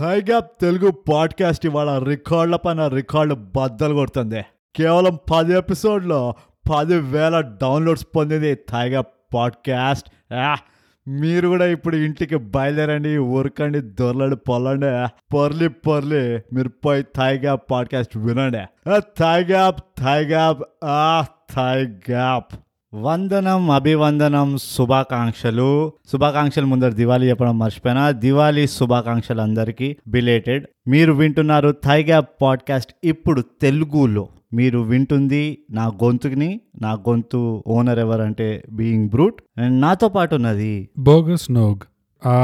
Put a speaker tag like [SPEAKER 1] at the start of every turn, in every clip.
[SPEAKER 1] Thigh gap Telugu podcast ఇవాళ రికార్డుల పైన రికార్డు బద్దలు కొడుతుంది కేవలం పది ఎపిసోడ్లో పదివేల డౌన్లోడ్స్ పొందింది థైగ్యాప్ పాడ్కాస్ట్ ఆ, మీరు కూడా ఇప్పుడు ఇంటికి బయలుదేరండి ఊరకండి దొరలండి పొలండి పొర్లి పొర్లి మీరు పోయి థైగ్యాప్ పాడ్కాస్ట్ వినండి ఆ, థైగ్యాప్ థైగ్యాప్ ఆ థైగ్యాప్ వందనం అభివందనం శుభాకాంక్షలు శుభాకాంక్షలు ముందర దివాళీ చెప్పడం మర్చిపోయినా దివాళీ శుభాకాంక్షలు అందరికీ బిలేటెడ్ మీరు వింటున్నారు థైగ్యాప్ పాడ్కాస్ట్ ఇప్పుడు తెలుగులో మీరు వింటుంది నా గొంతుని నా గొంతు ఓనర్ ఎవరంటే బీయింగ్ బ్రూట్ అండ్ నాతో పాటు ఉన్నది
[SPEAKER 2] బోగస్ నోగ్ ఆ,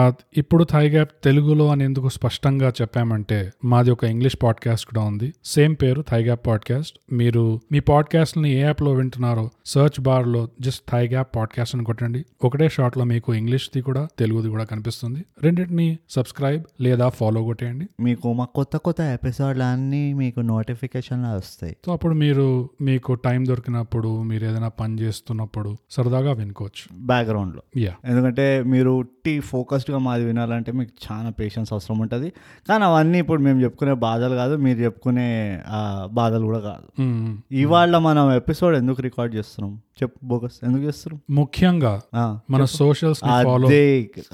[SPEAKER 2] ఇప్పుడు థాయ్ గ్యాప్ తెలుగులో అని ఎందుకు స్పష్టంగా చెప్పామంటే మాది ఒక ఇంగ్లీష్ పాడ్కాస్ట్ కూడా ఉంది సేమ్ పేరు థాయ్ గ్యాప్ పాడ్కాస్ట్ మీరు మీ పాడ్కాస్ట్ని ఏ యాప్లో వింటున్నారో సర్చ్ బార్లో జస్ట్ థాయ్ గ్యాప్ పాడ్కాస్ట్ అని కొట్టండి ఒకటే షాట్లో మీకు ఇంగ్లీష్ది కూడా తెలుగుది కూడా కనిపిస్తుంది రెండింటిని సబ్స్క్రైబ్ లేదా ఫాలో కొట్టేయండి
[SPEAKER 1] మీకు మా కొత్త కొత్త ఎపిసోడ్లన్నీ మీకు నోటిఫికేషన్లు వస్తాయి
[SPEAKER 2] సో అప్పుడు మీరు మీకు టైం దొరికినప్పుడు మీరు ఏదైనా పని చేస్తున్నప్పుడు సరదాగా వినుకోవచ్చు
[SPEAKER 1] బ్యాక్గ్రౌండ్లో
[SPEAKER 2] యా
[SPEAKER 1] ఎందుకంటే మీరు టీ ఫోకస్డ్గా మాది వినాలంటే మీకు చాలా పేషెన్స్ అవసరం ఉంటుంది కానీ అవన్నీ ఇప్పుడు మేము చెప్పుకునే బాధలు కాదు మీరు చెప్పుకునే ఆ, బాధలు కూడా కాదు ఇవాళ
[SPEAKER 2] Hmm.
[SPEAKER 1] మనం ఎపిసోడ్ ఎందుకు రికార్డ్ చేస్తున్నాం చెప్పు బోగస్ ఎందుకు చేస్తున్నాం
[SPEAKER 2] ముఖ్యంగా
[SPEAKER 1] ఆ,
[SPEAKER 2] మన సోషల్స్ ని ఫాలో
[SPEAKER 1] అదే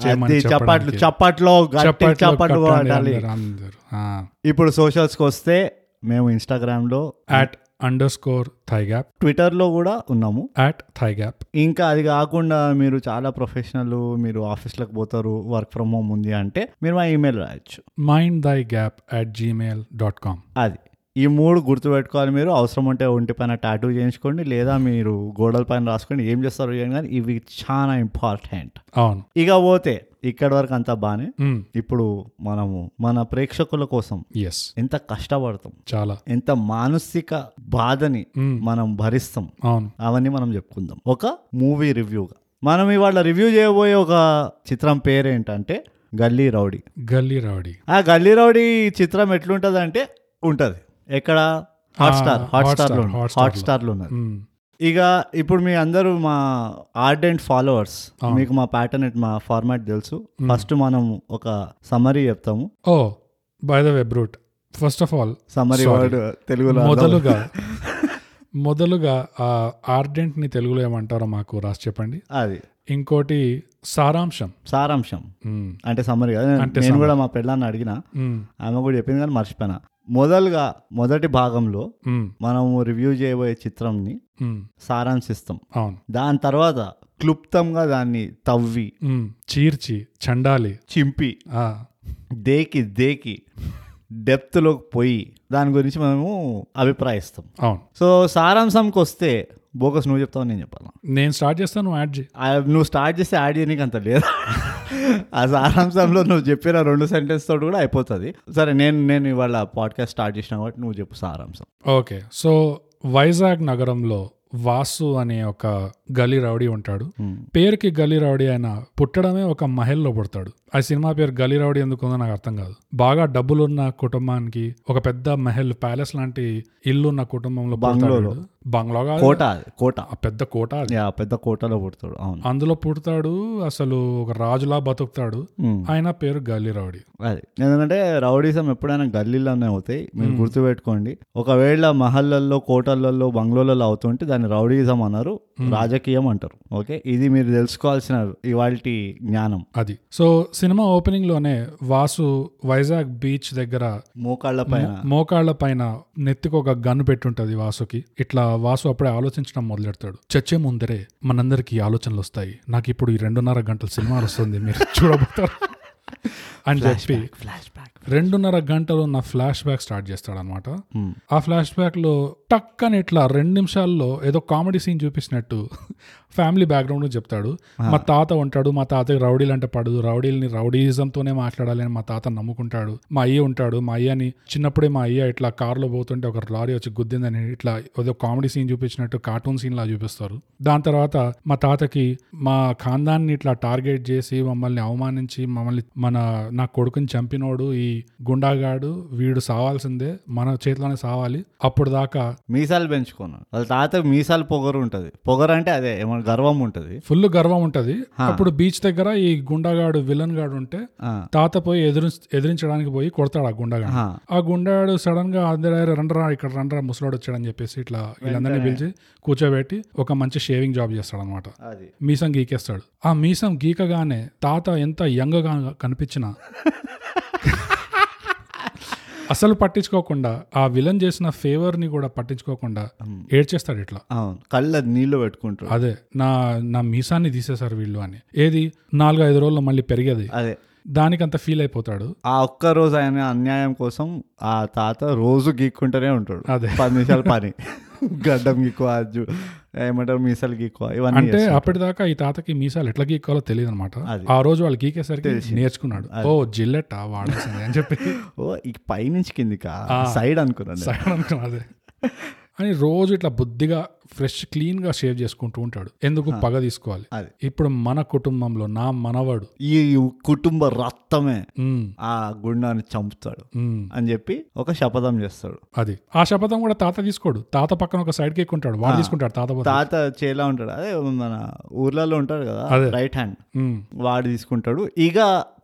[SPEAKER 2] చేయమని
[SPEAKER 1] అదే చప్పట్లు
[SPEAKER 2] చెప్పడానికి.
[SPEAKER 1] చప్పట్లో గట్టి
[SPEAKER 2] చప్పట్లు
[SPEAKER 1] చప్పట్లు
[SPEAKER 2] కొట్టండి
[SPEAKER 1] కొట్టాలి
[SPEAKER 2] అందరూ, అందరూ. ఆ.
[SPEAKER 1] ఇప్పుడు socials కి వస్తే మేము ఇన్స్టాగ్రామ్లో
[SPEAKER 2] అట్ అండర్ స్కోర్ థైగ్యాప్
[SPEAKER 1] ట్విట్టర్లో కూడా ఉన్నాము
[SPEAKER 2] అట్ థైగ్యాప్
[SPEAKER 1] ఇంకా అది కాకుండా మీరు చాలా ప్రొఫెషనల్ మీరు ఆఫీస్లకు పోతారు వర్క్ ఫ్రమ్ హోమ్ ఉంది అంటే మీరు మా ఈమెయిల్ రాయొచ్చు
[SPEAKER 2] మైండ్ దై gap at Gmail dot com
[SPEAKER 1] అది ఈ మూడు గుర్తుపెట్టుకోవాలి మీరు అవసరం ఉంటే ఒంటి పైన టాటూ చేయించుకోండి లేదా మీరు గోడల పైన రాసుకోండి ఏం చేస్తారు ఏం కానీ ఇవి చాలా ఇంపార్టెంట్
[SPEAKER 2] అవును
[SPEAKER 1] ఇక పోతే ఇక్కడి వరకు అంతా బాగానే
[SPEAKER 2] మ్,
[SPEAKER 1] ఇప్పుడు మనము మన ప్రేక్షకుల కోసం
[SPEAKER 2] ఎస్
[SPEAKER 1] ఎంత కష్టపడతాం
[SPEAKER 2] చాలా
[SPEAKER 1] ఎంత మానసిక బాధని
[SPEAKER 2] మ్,
[SPEAKER 1] మనం భరిస్తాం
[SPEAKER 2] అవును
[SPEAKER 1] అవన్నీ మనం చెప్పుకుందాం ఒక మూవీ రివ్యూగా మనం ఇవాళ రివ్యూ చేయబోయే ఒక చిత్రం పేరేంటంటే గల్లీ రౌడీ
[SPEAKER 2] గల్లీ రౌడీ
[SPEAKER 1] ఆ గల్లీ రౌడీ చిత్రం ఎట్లుంటది అంటే ఉంటది ఎక్కడ హాట్స్టార్ హాట్స్టార్ లో
[SPEAKER 2] Hotstar, Hotstar
[SPEAKER 1] హాట్స్టార్ లో ఉన్నది
[SPEAKER 2] మ్,
[SPEAKER 1] ఇక ఇప్పుడు మీ అందరూ మా ఆర్డెంట్ ఫాలోవర్స్ మీకు మా ప్యాటర్న్ మా ఫార్మాట్ తెలుసు ఫస్ట్ మనం ఒక సమరీ చెప్తాము
[SPEAKER 2] ఓ by the way brute first of all
[SPEAKER 1] summary
[SPEAKER 2] Sorry.
[SPEAKER 1] Word తెలుగులో అర్థం-
[SPEAKER 2] మొదలుగా మొదలుగా ఆ ardent ని తెలుగులో ఏమంటారో మాకు రాసి చెప్పండి
[SPEAKER 1] అది
[SPEAKER 2] ఇంకోటి సారాంశం
[SPEAKER 1] సారాంశం
[SPEAKER 2] మ్,
[SPEAKER 1] అంటే సమరీ కదా నేను-
[SPEAKER 2] అంటే
[SPEAKER 1] నేను కూడా మా పెళ్ళాన్ని అడిగిన
[SPEAKER 2] మ్,
[SPEAKER 1] ఆమె కూడా చెప్పింది కానీ మర్చిపోయినా మొదలుగా మొదటి భాగంలో
[SPEAKER 2] మ్,
[SPEAKER 1] మనము రివ్యూ చేయబోయే చిత్రంని
[SPEAKER 2] మ్,
[SPEAKER 1] సారాంశిస్తాం
[SPEAKER 2] అవును
[SPEAKER 1] దాని తర్వాత క్లుప్తంగా దాన్ని తవ్వి
[SPEAKER 2] మ్, చీర్చి చండాలి
[SPEAKER 1] చింపి
[SPEAKER 2] ఆ,
[SPEAKER 1] దేకి దేకి డెప్త్లోకి పోయి దాని గురించి మనము అభిప్రాయిస్తాం
[SPEAKER 2] అవును
[SPEAKER 1] సో సారాంశంకి వస్తే బోకస్ నువ్వు చెప్తావు నేను చెప్పాను
[SPEAKER 2] నేను స్టార్ట్ చేస్తాను యాడ్ చేయి
[SPEAKER 1] ఆ, నువ్వు స్టార్ట్ చేస్తే యాడ్ చేయడానికి అంత లేదు ఆ సారాంశంలో నువ్వు చెప్పిన రెండు సెంటెన్స్ తోటి కూడా అయిపోతుంది సరే నేను నేను ఇవాళ పాడ్కాస్ట్ స్టార్ట్ చేసిన కాబట్టి నువ్వు చెప్పు సారాంశం
[SPEAKER 2] ఓకే సో వైజాగ్ నగరంలో వాసు అనే ఒక గలీ రౌడీ ఉంటాడు పేరుకి గలీ రౌడీ ఆయన పుట్టడమే ఒక మహల్లో పుడతాడు ఆ సినిమా పేరు గలీ రౌడీ ఎందుకు ఉందో నాకు అర్థం కాదు బాగా డబ్బులున్న కుటుంబానికి ఒక పెద్ద మహల్ ప్యాలెస్ లాంటి ఇల్లు ఉన్న కుటుంబంలో పుడతాడు
[SPEAKER 1] బంగ్లోలో.
[SPEAKER 2] వీడు. బంగ్లో కాదు
[SPEAKER 1] కోట అది కోట
[SPEAKER 2] ఆ పెద్ద కోట అది.
[SPEAKER 1] యా, పెద్ద కోటలో పుడతాడు అవును
[SPEAKER 2] అందులో పుడతాడు అసలు ఒక రాజులా బతుకుతాడు
[SPEAKER 1] మ్.
[SPEAKER 2] ఆయన పేరు గలీ రౌడీ
[SPEAKER 1] అది ఎందుకంటే రౌడీజం ఎప్పుడైనా గల్లీలోనే అవుతాయి మీరు గుర్తుపెట్టుకోండి ఒకవేళ మహల్లల్లో కోటలలో బంగ్లోలలో అవుతుంటే దాన్ని రౌడీజం అన్నారు రాజకీయం అంటారు ఓకే ఇది మీరు తెలుసుకోవాల్సిన ఇవాళ జ్ఞానం
[SPEAKER 2] అది సో సినిమా ఓపెనింగ్ లోనే వాసు వైజాగ్ బీచ్ దగ్గర
[SPEAKER 1] మోకాళ్ళ పైన
[SPEAKER 2] మోకాళ్ల పైన నెత్తికి ఒక గన్ను పెట్టుంటది వాసుకి ఇట్లా వాసు అప్పుడే ఆలోచించడం మొదలెడతాడు చచ్చే ముందరే మనందరికి ఆలోచనలు వస్తాయి నాకు ఇప్పుడు ఈ రెండున్నర గంటల సినిమా వస్తుంది మీరు చూడబోతారు అని చెప్పి
[SPEAKER 1] ఫ్లాష్ బ్యాక్
[SPEAKER 2] రెండున్నర గంటలు నా ఫ్లాష్ బ్యాక్ స్టార్ట్ చేస్తాడు అనమాట ఆ ఫ్లాష్ బ్యాక్ లో టక్ అని ఇట్లా రెండు నిమిషాల్లో ఏదో కామెడీ సీన్ చూపించినట్టు ఫ్యామిలీ బ్యాక్గ్రౌండ్ లో చెప్తాడు మా తాత ఉంటాడు మా తాతకి రౌడీలు అంటే పడదు రౌడీలని రౌడీజంతోనే మాట్లాడాలి అని మా తాత నమ్ముకుంటాడు మా అయ్య ఉంటాడు మా అయ్యని చిన్నప్పుడే మా అయ్య ఇట్లా కారులో పోతుంటే ఒక లారీ వచ్చి గుద్దిందని ఇట్లా ఏదో కామెడీ సీన్ చూపించినట్టు కార్టూన్ సీన్ లా చూపిస్తారు దాని తర్వాత మా తాతకి మా ఖాందాన్ని ఇట్లా టార్గెట్ చేసి మమ్మల్ని అవమానించి మమ్మల్ని మన నా కొడుకుని చంపినోడు ఈ గుండాగాడు వీడు సావాల్సిందే మన చేతిలోనే సావాలి అప్పుడు దాకా
[SPEAKER 1] మీసాలు పెంచుకున్నాను వాళ్ళ తాత మీసాలు పొగరు ఉంటుంది పొగరు అంటే అదే ఏమైనా గర్వం ఉంటుంది
[SPEAKER 2] ఫుల్ గర్వం ఉంటది అప్పుడు బీచ్ దగ్గర ఈ గుండాగాడు విలన్ గాడు ఉంటే
[SPEAKER 1] ఆ,
[SPEAKER 2] తాత పోయి ఎదురు ఎదిరించడానికి పోయి కొడతాడు ఆ గుండాగాడు
[SPEAKER 1] ఆ,
[SPEAKER 2] ఆ గుండాడు సడన్ గా అందరు రండ్రా ఇక్కడ రండ్రా ముసలోడు వచ్చాడని చెప్పేసి ఇట్లా వీళ్ళందరినీ పిలిచి కూర్చోబెట్టి ఒక మంచి షేవింగ్ జాబ్ చేస్తాడు అనమాట
[SPEAKER 1] అది
[SPEAKER 2] మీసం గీకేస్తాడు ఆ మీసం గీకగానే తాత ఎంత యంగ్ గా కనిపించినా అసలు పట్టించుకోకుండా ఆ విలన్ చేసిన ఫేవర్ ని కూడా పట్టించుకోకుండా ఏడ్చేస్తాడు ఇట్లా
[SPEAKER 1] అవును కళ్ళ నీళ్ళు పెట్టుకుంటారు
[SPEAKER 2] అదే నా నా మీసాన్ని తీసేశారు వీళ్ళు అని ఏది నాలుగు ఐదు రోజులు మళ్ళీ పెరిగేది
[SPEAKER 1] అదే
[SPEAKER 2] దానికి అంత ఫీల్ అయిపోతాడు
[SPEAKER 1] ఆ ఒక్క రోజు ఆయన అన్యాయం కోసం ఆ తాత రోజు గీక్కుంటూనే ఉంటాడు
[SPEAKER 2] అదే.
[SPEAKER 1] పది నిమిషాలు పని గడ్డం గీక్కువ జు- ఏమంటారు మీసాలు గీక్కువ ఇవన్నీ
[SPEAKER 2] అంటే
[SPEAKER 1] చేస్తాడు.
[SPEAKER 2] అప్పటిదాకా ఈ తాతకి మీసాలు ఎట్లా గీక్కాలో తెలియదు అనమాట
[SPEAKER 1] అది.
[SPEAKER 2] ఆ రోజు వాళ్ళు గీకేసరికి నేర్చుకున్నాడు ఓ జిల్లెట్టా వాడాల్సింది అని చెప్పి
[SPEAKER 1] ఓ ఈ పైనుంచి కిందికా సైడ్ అనుకున్నాను నేను.
[SPEAKER 2] సగం అనుకున్నాను అదే అని రోజు ఇట్లా బుద్ధిగా ఫ్రెష్ క్లీన్ గా షేవ్ చేసుకుంటూ ఉంటాడు ఎందుకు పగ తీసుకోవాలి
[SPEAKER 1] అది.
[SPEAKER 2] ఇప్పుడు మన కుటుంబంలో నా మనవాడు
[SPEAKER 1] ఈ కుటుంబ రక్తమే
[SPEAKER 2] ఉమ్,
[SPEAKER 1] ఆ గుండాన్ని చంపుతాడు
[SPEAKER 2] ఉమ్,
[SPEAKER 1] అని చెప్పి ఒక శపథం చేస్తాడు
[SPEAKER 2] అది ఆ శపథం కూడా తాత తీసుకోడు తాత పక్కన ఒక సైడ్ కేక్ ఉంటాడు వాడు తీసుకుంటాడు తాత బదులు.
[SPEAKER 1] తాత చేలా ఉంటాడు అదే మన ఊర్లలో ఉంటాడు కదా
[SPEAKER 2] అదే.
[SPEAKER 1] రైట్ హ్యాండ్
[SPEAKER 2] ఉమ్,
[SPEAKER 1] వాడు తీసుకుంటాడు ఇక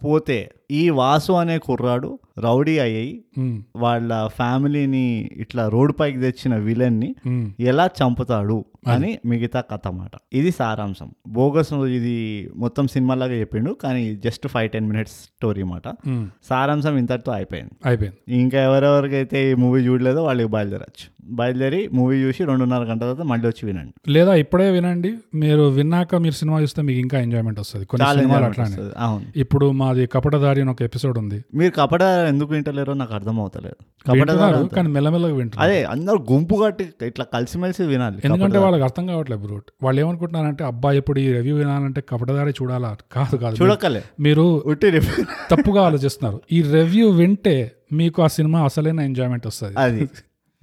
[SPEAKER 1] పోతే ఈ వాసు అనే కుర్రాడు రౌడీ అయ్యి
[SPEAKER 2] ఉమ్,
[SPEAKER 1] వాళ్ళ ఫ్యామిలీని ఇట్లా రోడ్ పైకి తెచ్చిన విలన్ని
[SPEAKER 2] ఉమ్.
[SPEAKER 1] ఎలా చంపుతాడు అని మిగతా కథ అన్నమాట ఇది సారాంశం బోగస్ ఇది మొత్తం సినిమాలాగా చెప్పిండు కానీ just five ten minutes story అన్నమాట
[SPEAKER 2] ఉమ్,
[SPEAKER 1] సారాంశం ఇంతటితో అయిపోయింది
[SPEAKER 2] అయిపోయింది
[SPEAKER 1] ఇంకా ఎవరెవరికైతే ఈ మూవీ చూడలేదో వాళ్ళకి బయలుదేరచ్చు బయలుదేరి మూవీ చూసి రెండున్నర గంటల తర్వాత మళ్ళీ వచ్చి వినండి
[SPEAKER 2] లేదా ఇప్పుడే వినండి మీరు విన్నాక మీరు సినిమా చూస్తే మీకు ఇంకా ఎంజాయ్మెంట్ వస్తుంది కొన్ని
[SPEAKER 1] చాలా
[SPEAKER 2] సినిమాలు
[SPEAKER 1] enjoyment
[SPEAKER 2] అట్లానే
[SPEAKER 1] వస్తుంది. అవును
[SPEAKER 2] ఇప్పుడు మాది కపటదారి అని ఒక ఎపిసోడ్ ఉంది
[SPEAKER 1] మీరు కపట ఎందుకు వింటలేరో నాకు అర్థం అవుతలేదు కపట
[SPEAKER 2] వింటున్నారు కానీ మెల్లమెల్లగా వింటున్నారు
[SPEAKER 1] అదే అందరు గుంపు కట్టి ఇట్లా కలిసిమెలిసి వినాలి
[SPEAKER 2] ఎందుకంటే వాళ్ళకి అర్థం కావట్లేదు బ్రూట్ వాళ్ళు ఏమనుకుంటున్నారంటే అబ్బాయి ఇప్పుడు ఈ రివ్యూ వినాలంటే కపటదారి చూడాలా కాదు కాదు
[SPEAKER 1] చూడకలే
[SPEAKER 2] మీరు
[SPEAKER 1] ఉట్టి రిపీట్
[SPEAKER 2] తప్పుగా ఆలోచిస్తున్నారు ఈ రివ్యూ వింటే మీకు ఆ సినిమా అసలైన ఎంజాయ్మెంట్ వస్తుంది
[SPEAKER 1] అది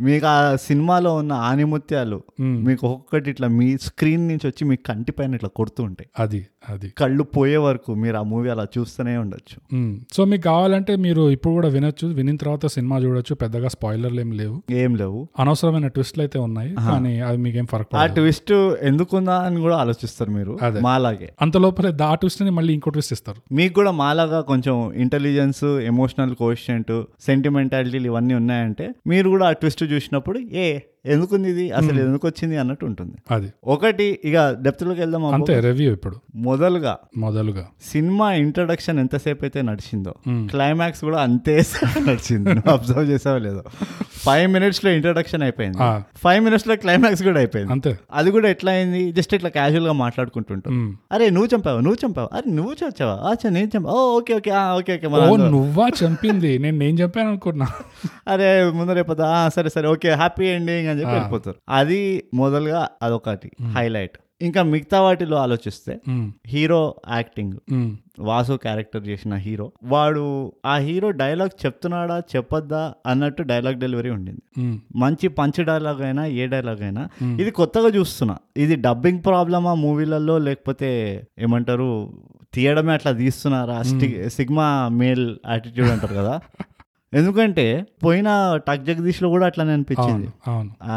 [SPEAKER 1] మీకు ఆ సినిమాలో ఉన్న ఆనిముత్యాలు
[SPEAKER 2] మ్.
[SPEAKER 1] మీకు ఒక్కొక్కటి ఇట్లా మీ స్క్రీన్ నుంచి వచ్చి మీ కంటి పైన ఇట్లా కొడుతూ ఉంటాయి
[SPEAKER 2] అది అది
[SPEAKER 1] కళ్ళు పోయే వరకు మీరు ఆ మూవీ అలా చూస్తూనే ఉండొచ్చు
[SPEAKER 2] మ్మ్. సో మీకు కావాలంటే మీరు ఇప్పుడు కూడా వినొచ్చు వినిన తర్వాత సినిమా చూడొచ్చు పెద్దగా స్పాయిలర్లు ఏం లేవు
[SPEAKER 1] ఏం లేవు
[SPEAKER 2] అనవసరమైన ట్విస్ట్లు అయితే ఉన్నాయి కానీ అవి మీకేం ఫరక్
[SPEAKER 1] ఆ
[SPEAKER 2] పడదు
[SPEAKER 1] ట్విస్ట్ ఎందుకుందా అని కూడా ఆలోచిస్తారు మీరు
[SPEAKER 2] అదే.
[SPEAKER 1] మాలాగే
[SPEAKER 2] అంత లోపలే దా ట్విస్ట్ ని మళ్ళీ ఇంకో ట్విస్ట్ ఇస్తారు
[SPEAKER 1] మీకు కూడా మాలాగా కొంచెం ఇంటెలిజెన్స్ ఎమోషనల్ కోషెంట్ సెంటిమెంటాలిటీలు ఇవన్నీ ఉన్నాయంటే మీరు కూడా ఆ ట్విస్ట్ చూసినప్పుడు ఏ ఎందుకుంది ఇది అసలు ఎందుకు వచ్చింది అన్నట్టు ఉంటుంది
[SPEAKER 2] అది
[SPEAKER 1] ఒకటి ఇక డెప్త్లోకి వెళ్దాం అబ్బో.
[SPEAKER 2] అంతే రివ్యూ ఇప్పుడు
[SPEAKER 1] మొదలుగా
[SPEAKER 2] మొదలుగా
[SPEAKER 1] సినిమా ఇంట్రడక్షన్ ఎంతసేపు అయితే నడిచిందో
[SPEAKER 2] మ్మ్.
[SPEAKER 1] క్లైమాక్స్ కూడా అంతే సేపు నడిచింది అబ్జర్వ్ చేసావో లేదో ఫైవ్ మినిట్స్ లో ఇంట్రడక్షన్ అయిపోయింది
[SPEAKER 2] ఆ.
[SPEAKER 1] ఫైవ్ మినిట్స్ లో క్లైమాక్స్ కూడా అయిపోయింది
[SPEAKER 2] అంతే
[SPEAKER 1] అది కూడా ఎట్లా అయింది జస్ట్ ఇట్లా క్యాజువల్ గా మాట్లాడుకుంటుంటాం
[SPEAKER 2] మ్మ్.
[SPEAKER 1] అరే నువ్వు చంపావా నువ్వు చంపావా అరే నువ్వు చచ్చావా అచ్చా నేను చంపా ఓ ఓకే ఓకే ఆ, ఓకే ఓకే మన
[SPEAKER 2] ఓ
[SPEAKER 1] అందరం.
[SPEAKER 2] నువ్వా చంపింది నేను నేను చంపాను అనుకున్నా
[SPEAKER 1] అరే ముందర అయిపోతా ఆ, సరే సరే ఓకే హ్యాపీ ఎండింగ్ అని చెప్పి వెళ్ళిపోతారు అది మొదలుగా అదొకటి హైలైట్ ఇంకా మిగతా వాటిలో ఆలోచిస్తే
[SPEAKER 2] మ్మ్.
[SPEAKER 1] హీరో యాక్టింగ్
[SPEAKER 2] మ్మ్.
[SPEAKER 1] వాసు క్యారెక్టర్ చేసిన హీరో వాడు ఆ హీరో డైలాగ్ చెప్తున్నాడా చెప్పొద్దా అన్నట్టు డైలాగ్ డెలివరీ ఉండింది
[SPEAKER 2] మ్మ్.
[SPEAKER 1] మంచి పంచ్ డైలాగ్ అయినా ఏ డైలాగ్ అయినా ఇది కొత్తగా చూస్తున్నా ఇది డబ్బింగ్ ప్రాబ్లమా మూవీలలో లేకపోతే ఏమంటారు తీయడమే అట్లా తీస్తున్నారా స్టి- సిగ్మా మేల్ యాటిట్యూడ్ అంటారు కదా ఎందుకంటే పోయిన టక్ జగదీష్లో కూడా అట్లానే అనిపించింది
[SPEAKER 2] అవును అవును
[SPEAKER 1] ఆ,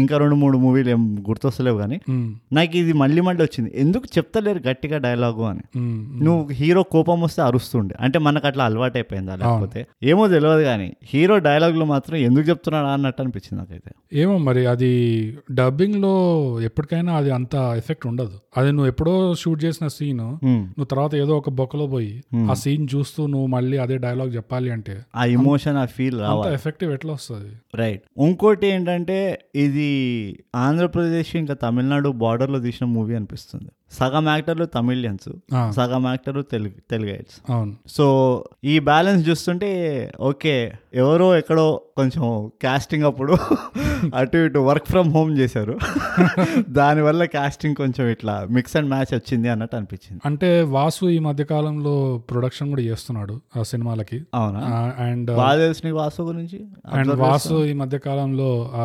[SPEAKER 1] ఇంకా రెండు మూడు మూవీలు ఏం గుర్తొస్తలేవు కానీ
[SPEAKER 2] మ్మ్.
[SPEAKER 1] నాకు ఇది మళ్ళీ మళ్ళీ వచ్చింది ఎందుకు చెప్తలేరు గట్టిగా డైలాగు అని
[SPEAKER 2] మ్మ్.
[SPEAKER 1] నువ్వు హీరో కోపం వస్తే అరుస్తుండే అంటే మనకు అట్లా అలవాటు అయిపోయిందా లేకపోతే ఏమో తెలియదు కానీ హీరో డైలాగులు మాత్రం ఎందుకు చెప్తున్నాడా అన్నట్టు అనిపించింది నాకైతే
[SPEAKER 2] ఏమో మరి అది డబ్బింగ్ లో ఎప్పటికైనా అది అంత ఎఫెక్ట్ ఉండదు అది నువ్వు ఎప్పుడో షూట్ చేసిన సీన్
[SPEAKER 1] హ్మ్.
[SPEAKER 2] నువ్వు తర్వాత ఏదో ఒక బొక్కలో పోయి ఆ సీన్ చూస్తూ నువ్వు మళ్ళీ అదే డైలాగ్ చెప్పాలి అంటే
[SPEAKER 1] ఆ ఇమోషన్ ఆ ఫీల్
[SPEAKER 2] అంత
[SPEAKER 1] రావాలి
[SPEAKER 2] ఎఫెక్టివ్ ఎట్లా వస్తుంది
[SPEAKER 1] రైట్ ఇంకోటి ఏంటంటే ఇది ఆంధ్రప్రదేశ్ ఇంకా తమిళనాడు border లో తీసిన మూవీ అనిపిస్తుంది సగం యాక్టర్లు తమిళియన్స్
[SPEAKER 2] ఆ,
[SPEAKER 1] సగం యాక్టర్లు తెలుగు తెలుగైట్స్
[SPEAKER 2] అవును
[SPEAKER 1] సో ఈ బ్యాలెన్స్ చూస్తుంటే ఓకే ఎవరో ఎక్కడో కొంచెం కాస్టింగ్ అప్పుడు అటు ఇటు వర్క్ ఫ్రమ్ హోమ్ చేశారు దానివల్ల కాస్టింగ్ కొంచెం ఇట్లా మిక్స్ అండ్ మ్యాచ్ వచ్చింది అన్నట్టు అనిపించింది
[SPEAKER 2] అంటే వాసు ఈ మధ్య కాలంలో ప్రొడక్షన్ కూడా చేస్తున్నాడు ఆ సినిమాలకి
[SPEAKER 1] అవునా
[SPEAKER 2] అండ్
[SPEAKER 1] బాగా తెలుసు నీ వాసు గురించి
[SPEAKER 2] అండ్ వాసు ఈ మధ్య కాలంలో ఆ,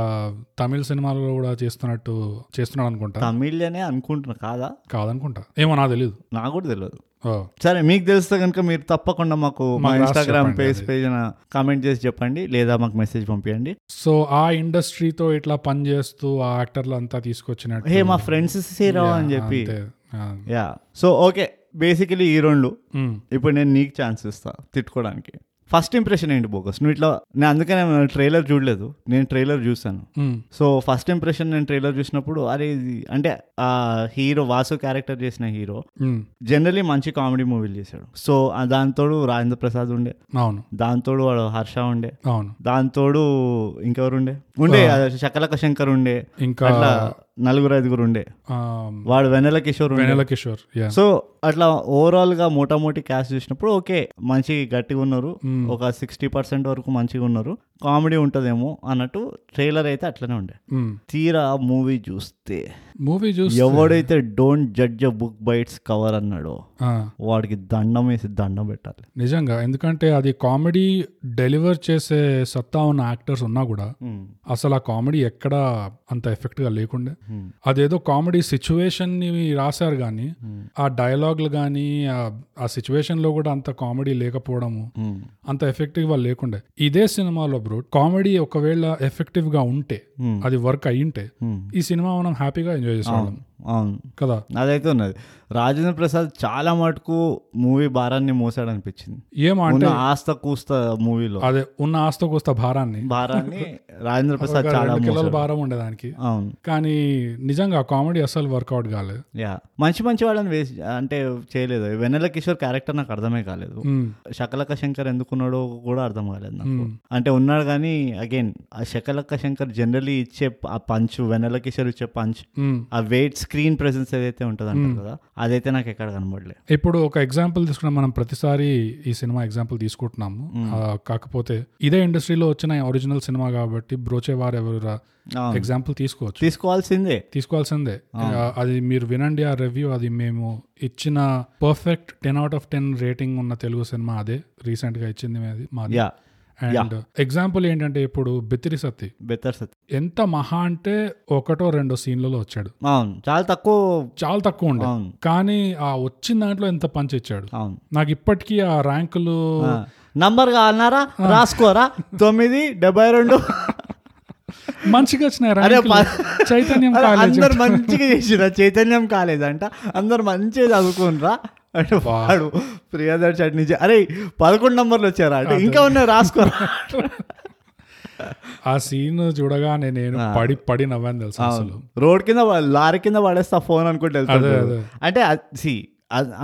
[SPEAKER 2] తమిళ సినిమాలలో కూడా చేస్తున్నట్టు చేస్తున్నాడు అనుకుంటా
[SPEAKER 1] తమిళనే అనుకుంటున్నా కాదా
[SPEAKER 2] కాదనుకుంటా ఏమో నాకు తెలియదు
[SPEAKER 1] నాకు కూడా తెలియదు
[SPEAKER 2] ఓ,
[SPEAKER 1] సరే మీకు తెలిస్తే కనుక మీరు తప్పకుండా మాకు మా
[SPEAKER 2] మాకు రాసి
[SPEAKER 1] ఇన్స్టాగ్రామ్
[SPEAKER 2] చెప్పండి
[SPEAKER 1] పేజ్
[SPEAKER 2] అది.
[SPEAKER 1] పేజ్ కామెంట్ చేసి చెప్పండి లేదా మాకు మెసేజ్ పంపించండి
[SPEAKER 2] సో ఆ ఇండస్ట్రీతో ఇట్లా పనిచేస్తూ ఆ యాక్టర్లు అంతా తీసుకొచ్చినట్టు
[SPEAKER 1] హే మా ఫ్రెండ్స్ రావు అని చెప్పి
[SPEAKER 2] Hmm. అంతే. ఆ,
[SPEAKER 1] యా సో ఓకే బేసికలీ ఈ రెండు
[SPEAKER 2] ఉమ్,
[SPEAKER 1] ఇప్పుడు నేను నీకు ఛాన్స్ ఇస్తా తిట్టుకోవడానికి ఫస్ట్ ఇంప్రెషన్ ఏంటి బోకస్ నువ్వు ఇట్లా నేను అందుకనే ట్రైలర్ చూడలేదు నేను ట్రైలర్ చూసాను
[SPEAKER 2] ఉమ్,
[SPEAKER 1] సో ఫస్ట్ ఇంప్రెషన్ నేను ట్రైలర్ చూసినప్పుడు అరే ఇది అంటే ఆ హీరో వాసు క్యారెక్టర్ చేసిన హీరో
[SPEAKER 2] ఉమ్,
[SPEAKER 1] జనరలీ మంచి కామెడీ మూవీలు చేశాడు సో ఆ దానితోడు రాజేంద్ర ప్రసాద్ ఉండే
[SPEAKER 2] అవును
[SPEAKER 1] దానితోడు వాడు హర్ష ఉండే
[SPEAKER 2] అవును
[SPEAKER 1] దానితోడు ఇంకెవరు ఉండే ఉండే ఆ శకలక శంకర్ ఉండే
[SPEAKER 2] ఇంకా
[SPEAKER 1] అట్లా నలుగురు ఐదుగురు ఉండే
[SPEAKER 2] ఆమ్,
[SPEAKER 1] వాడు వెనెల కిషోర్ ఉండే
[SPEAKER 2] వెనెల కిషోర్ యా
[SPEAKER 1] సో అట్లా ఓవరాల్ గా మోటామోటి క్యాష్ చూసినప్పుడు ఓకే మంచి గట్టిగా ఉన్నారు
[SPEAKER 2] మ్మ్.
[SPEAKER 1] ఒక సిక్స్టీ పర్సెంట్ వరకు మంచిగా ఉన్నారు కామెడీ ఉంటదేమో అన్నట్టు ట్రైలర్ అయితే అట్లనే ఉండే
[SPEAKER 2] ఉమ్,
[SPEAKER 1] తీరా మూవీ చూస్తే
[SPEAKER 2] మూవీ చూసి
[SPEAKER 1] ఎవడైతే don't judge a book by its cover అన్నాడో
[SPEAKER 2] ఆ,
[SPEAKER 1] వాడికి దండం వేసి దండం పెట్టాలి
[SPEAKER 2] నిజంగా ఎందుకంటే అది కామెడీ డెలివర్ చేసే సత్తా ఉన్న యాక్టర్స్ ఉన్నా కూడా అసలు ఆ కామెడీ ఎక్కడ అంత ఎఫెక్ట్ గా లేకుండే అదేదో కామెడీ సిచ్యువేషన్ ని రాశారు కానీ ఆ డైలాగులు కానీ ఆ సిచ్యువేషన్ లో కూడా అంత కామెడీ లేకపోవడము
[SPEAKER 1] మ్మ్.
[SPEAKER 2] అంత ఎఫెక్టివ్ గా లేకుండే ఇదే సినిమాలో బ్రో కామెడీ ఒకవేళ ఎఫెక్టివ్ గా ఉంటే
[SPEAKER 1] మ్మ్.
[SPEAKER 2] అది వర్క్ అయ్యింటే
[SPEAKER 1] మ్మ్.
[SPEAKER 2] ఈ సినిమా మనం హ్యాపీగా ఎంజాయ్ చేసేవాళ్ళం
[SPEAKER 1] అవును
[SPEAKER 2] కదా
[SPEAKER 1] అదైతే ఉన్నది రాజేంద్ర ప్రసాద్ చాలా మటుకు మూవీ భారాన్ని మోసాడు అనిపించింది
[SPEAKER 2] ఏమో అంటే
[SPEAKER 1] ఉన్న ఆస్త కూస్త మూవీలో
[SPEAKER 2] అదే ఉన్న ఆస్తో కోస్త భారాన్ని
[SPEAKER 1] భారాన్ని రాజేంద్ర
[SPEAKER 2] ఒక
[SPEAKER 1] ప్రసాద్ చాలా
[SPEAKER 2] రెండు కిలోల
[SPEAKER 1] మోసాడు
[SPEAKER 2] భారం ఉండేదానికి
[SPEAKER 1] అవును
[SPEAKER 2] కానీ నిజంగా కామెడీ అసలు వర్కౌట్ కాలేదు
[SPEAKER 1] యా మంచి మంచి వాళ్ళని వేసి అంటే చేయలేదు వెన్నెల కిషోర్ క్యారెక్టర్ నాకు అర్థమే కాలేదు
[SPEAKER 2] ఉమ్,
[SPEAKER 1] శకలక శంకర్ ఎందుకున్నాడో కూడా అర్థం కాలేదు నాకు
[SPEAKER 2] ఉమ్,
[SPEAKER 1] అంటే ఉన్నాడు కానీ అగైన్ ఆ శకలక శంకర్ జనరలీ ఇచ్చే ఆ పంచ్ వెన్నెల కిషోర్ ఇచ్చే పంచ్
[SPEAKER 2] ఉమ్.
[SPEAKER 1] ఆ వెయిట్ స్క్రీన్ ప్రెసెన్స్ ఏదైతే ఉంటుంది అంటారు కదా అదైతే నాకు ఎక్కడ కనబడలే
[SPEAKER 2] ఇప్పుడు ఒక ఎగ్జాంపుల్ తీసుకున్నాం మనం ప్రతిసారి ఈ సినిమా ఎగ్జాంపుల్ తీసుకుంటున్నాము ఆ, కాకపోతే ఇదే ఇండస్ట్రీలో వచ్చిన ఒరిజినల్ సినిమా కాబట్టి బ్రోచేవారు ఎవరు
[SPEAKER 1] అవును.
[SPEAKER 2] ఎగ్జాంపుల్ తీసుకోవచ్చు
[SPEAKER 1] తీసుకోవాల్సిందే
[SPEAKER 2] తీసుకోవాల్సిందే ఆ, అది మీరు వినండి ఆ రివ్యూ అది మేము ఇచ్చిన perfect ten out of ten rating ఉన్న తెలుగు సినిమా అదే రీసెంట్ గా ఇచ్చింది మాది మాది
[SPEAKER 1] యా
[SPEAKER 2] అండ్ ఎగ్జాంపుల్ ఏంటంటే ఇప్పుడు బిత్తిరి సత్తి
[SPEAKER 1] బెటర్ సత్
[SPEAKER 2] ఎంత మహా అంటే ఒకటో రెండో సీన్లలో వచ్చాడు
[SPEAKER 1] అవును చాలా తక్కువ
[SPEAKER 2] చాలా తక్కువ ఉండే
[SPEAKER 1] అవును
[SPEAKER 2] కానీ ఆ వచ్చిన దాంట్లో ఎంత పంచ్ ఇచ్చాడు
[SPEAKER 1] అవును
[SPEAKER 2] నాకు ఇప్పటికీ ఆ ర్యాంకులు
[SPEAKER 1] ఆ. నంబర్ కావాలన్నారా రాసుకోరా తొమ్మిది డెబ్బై రెండు
[SPEAKER 2] మంచిగా వచ్చినాయి
[SPEAKER 1] అరే
[SPEAKER 2] ర్యాంకులు
[SPEAKER 1] పా-
[SPEAKER 2] చైతన్యం
[SPEAKER 1] అరే
[SPEAKER 2] కాలేజ్
[SPEAKER 1] అందరు మంచిగా చేసిరా చైతన్యం కాలేజ్ అంట అందరు మంచిగా చదువుకునరా అంటే వాడు ప్రియదర్ చట్నీ చే- అరే పదకొండు నంబర్లు వచ్చారా అంటే ఇంకా ఉన్నాయి రాసుకోరా
[SPEAKER 2] ఆ సీన్ చూడగానే నేను పడి పడి నవ్వాను తెలుసు అసలు
[SPEAKER 1] రోడ్ కింద వా- లారీ కింద పడేస్తా ఫోన్ అనుకుంటే వెళ్తాడు
[SPEAKER 2] అదే,
[SPEAKER 1] చూడు. అంటే సి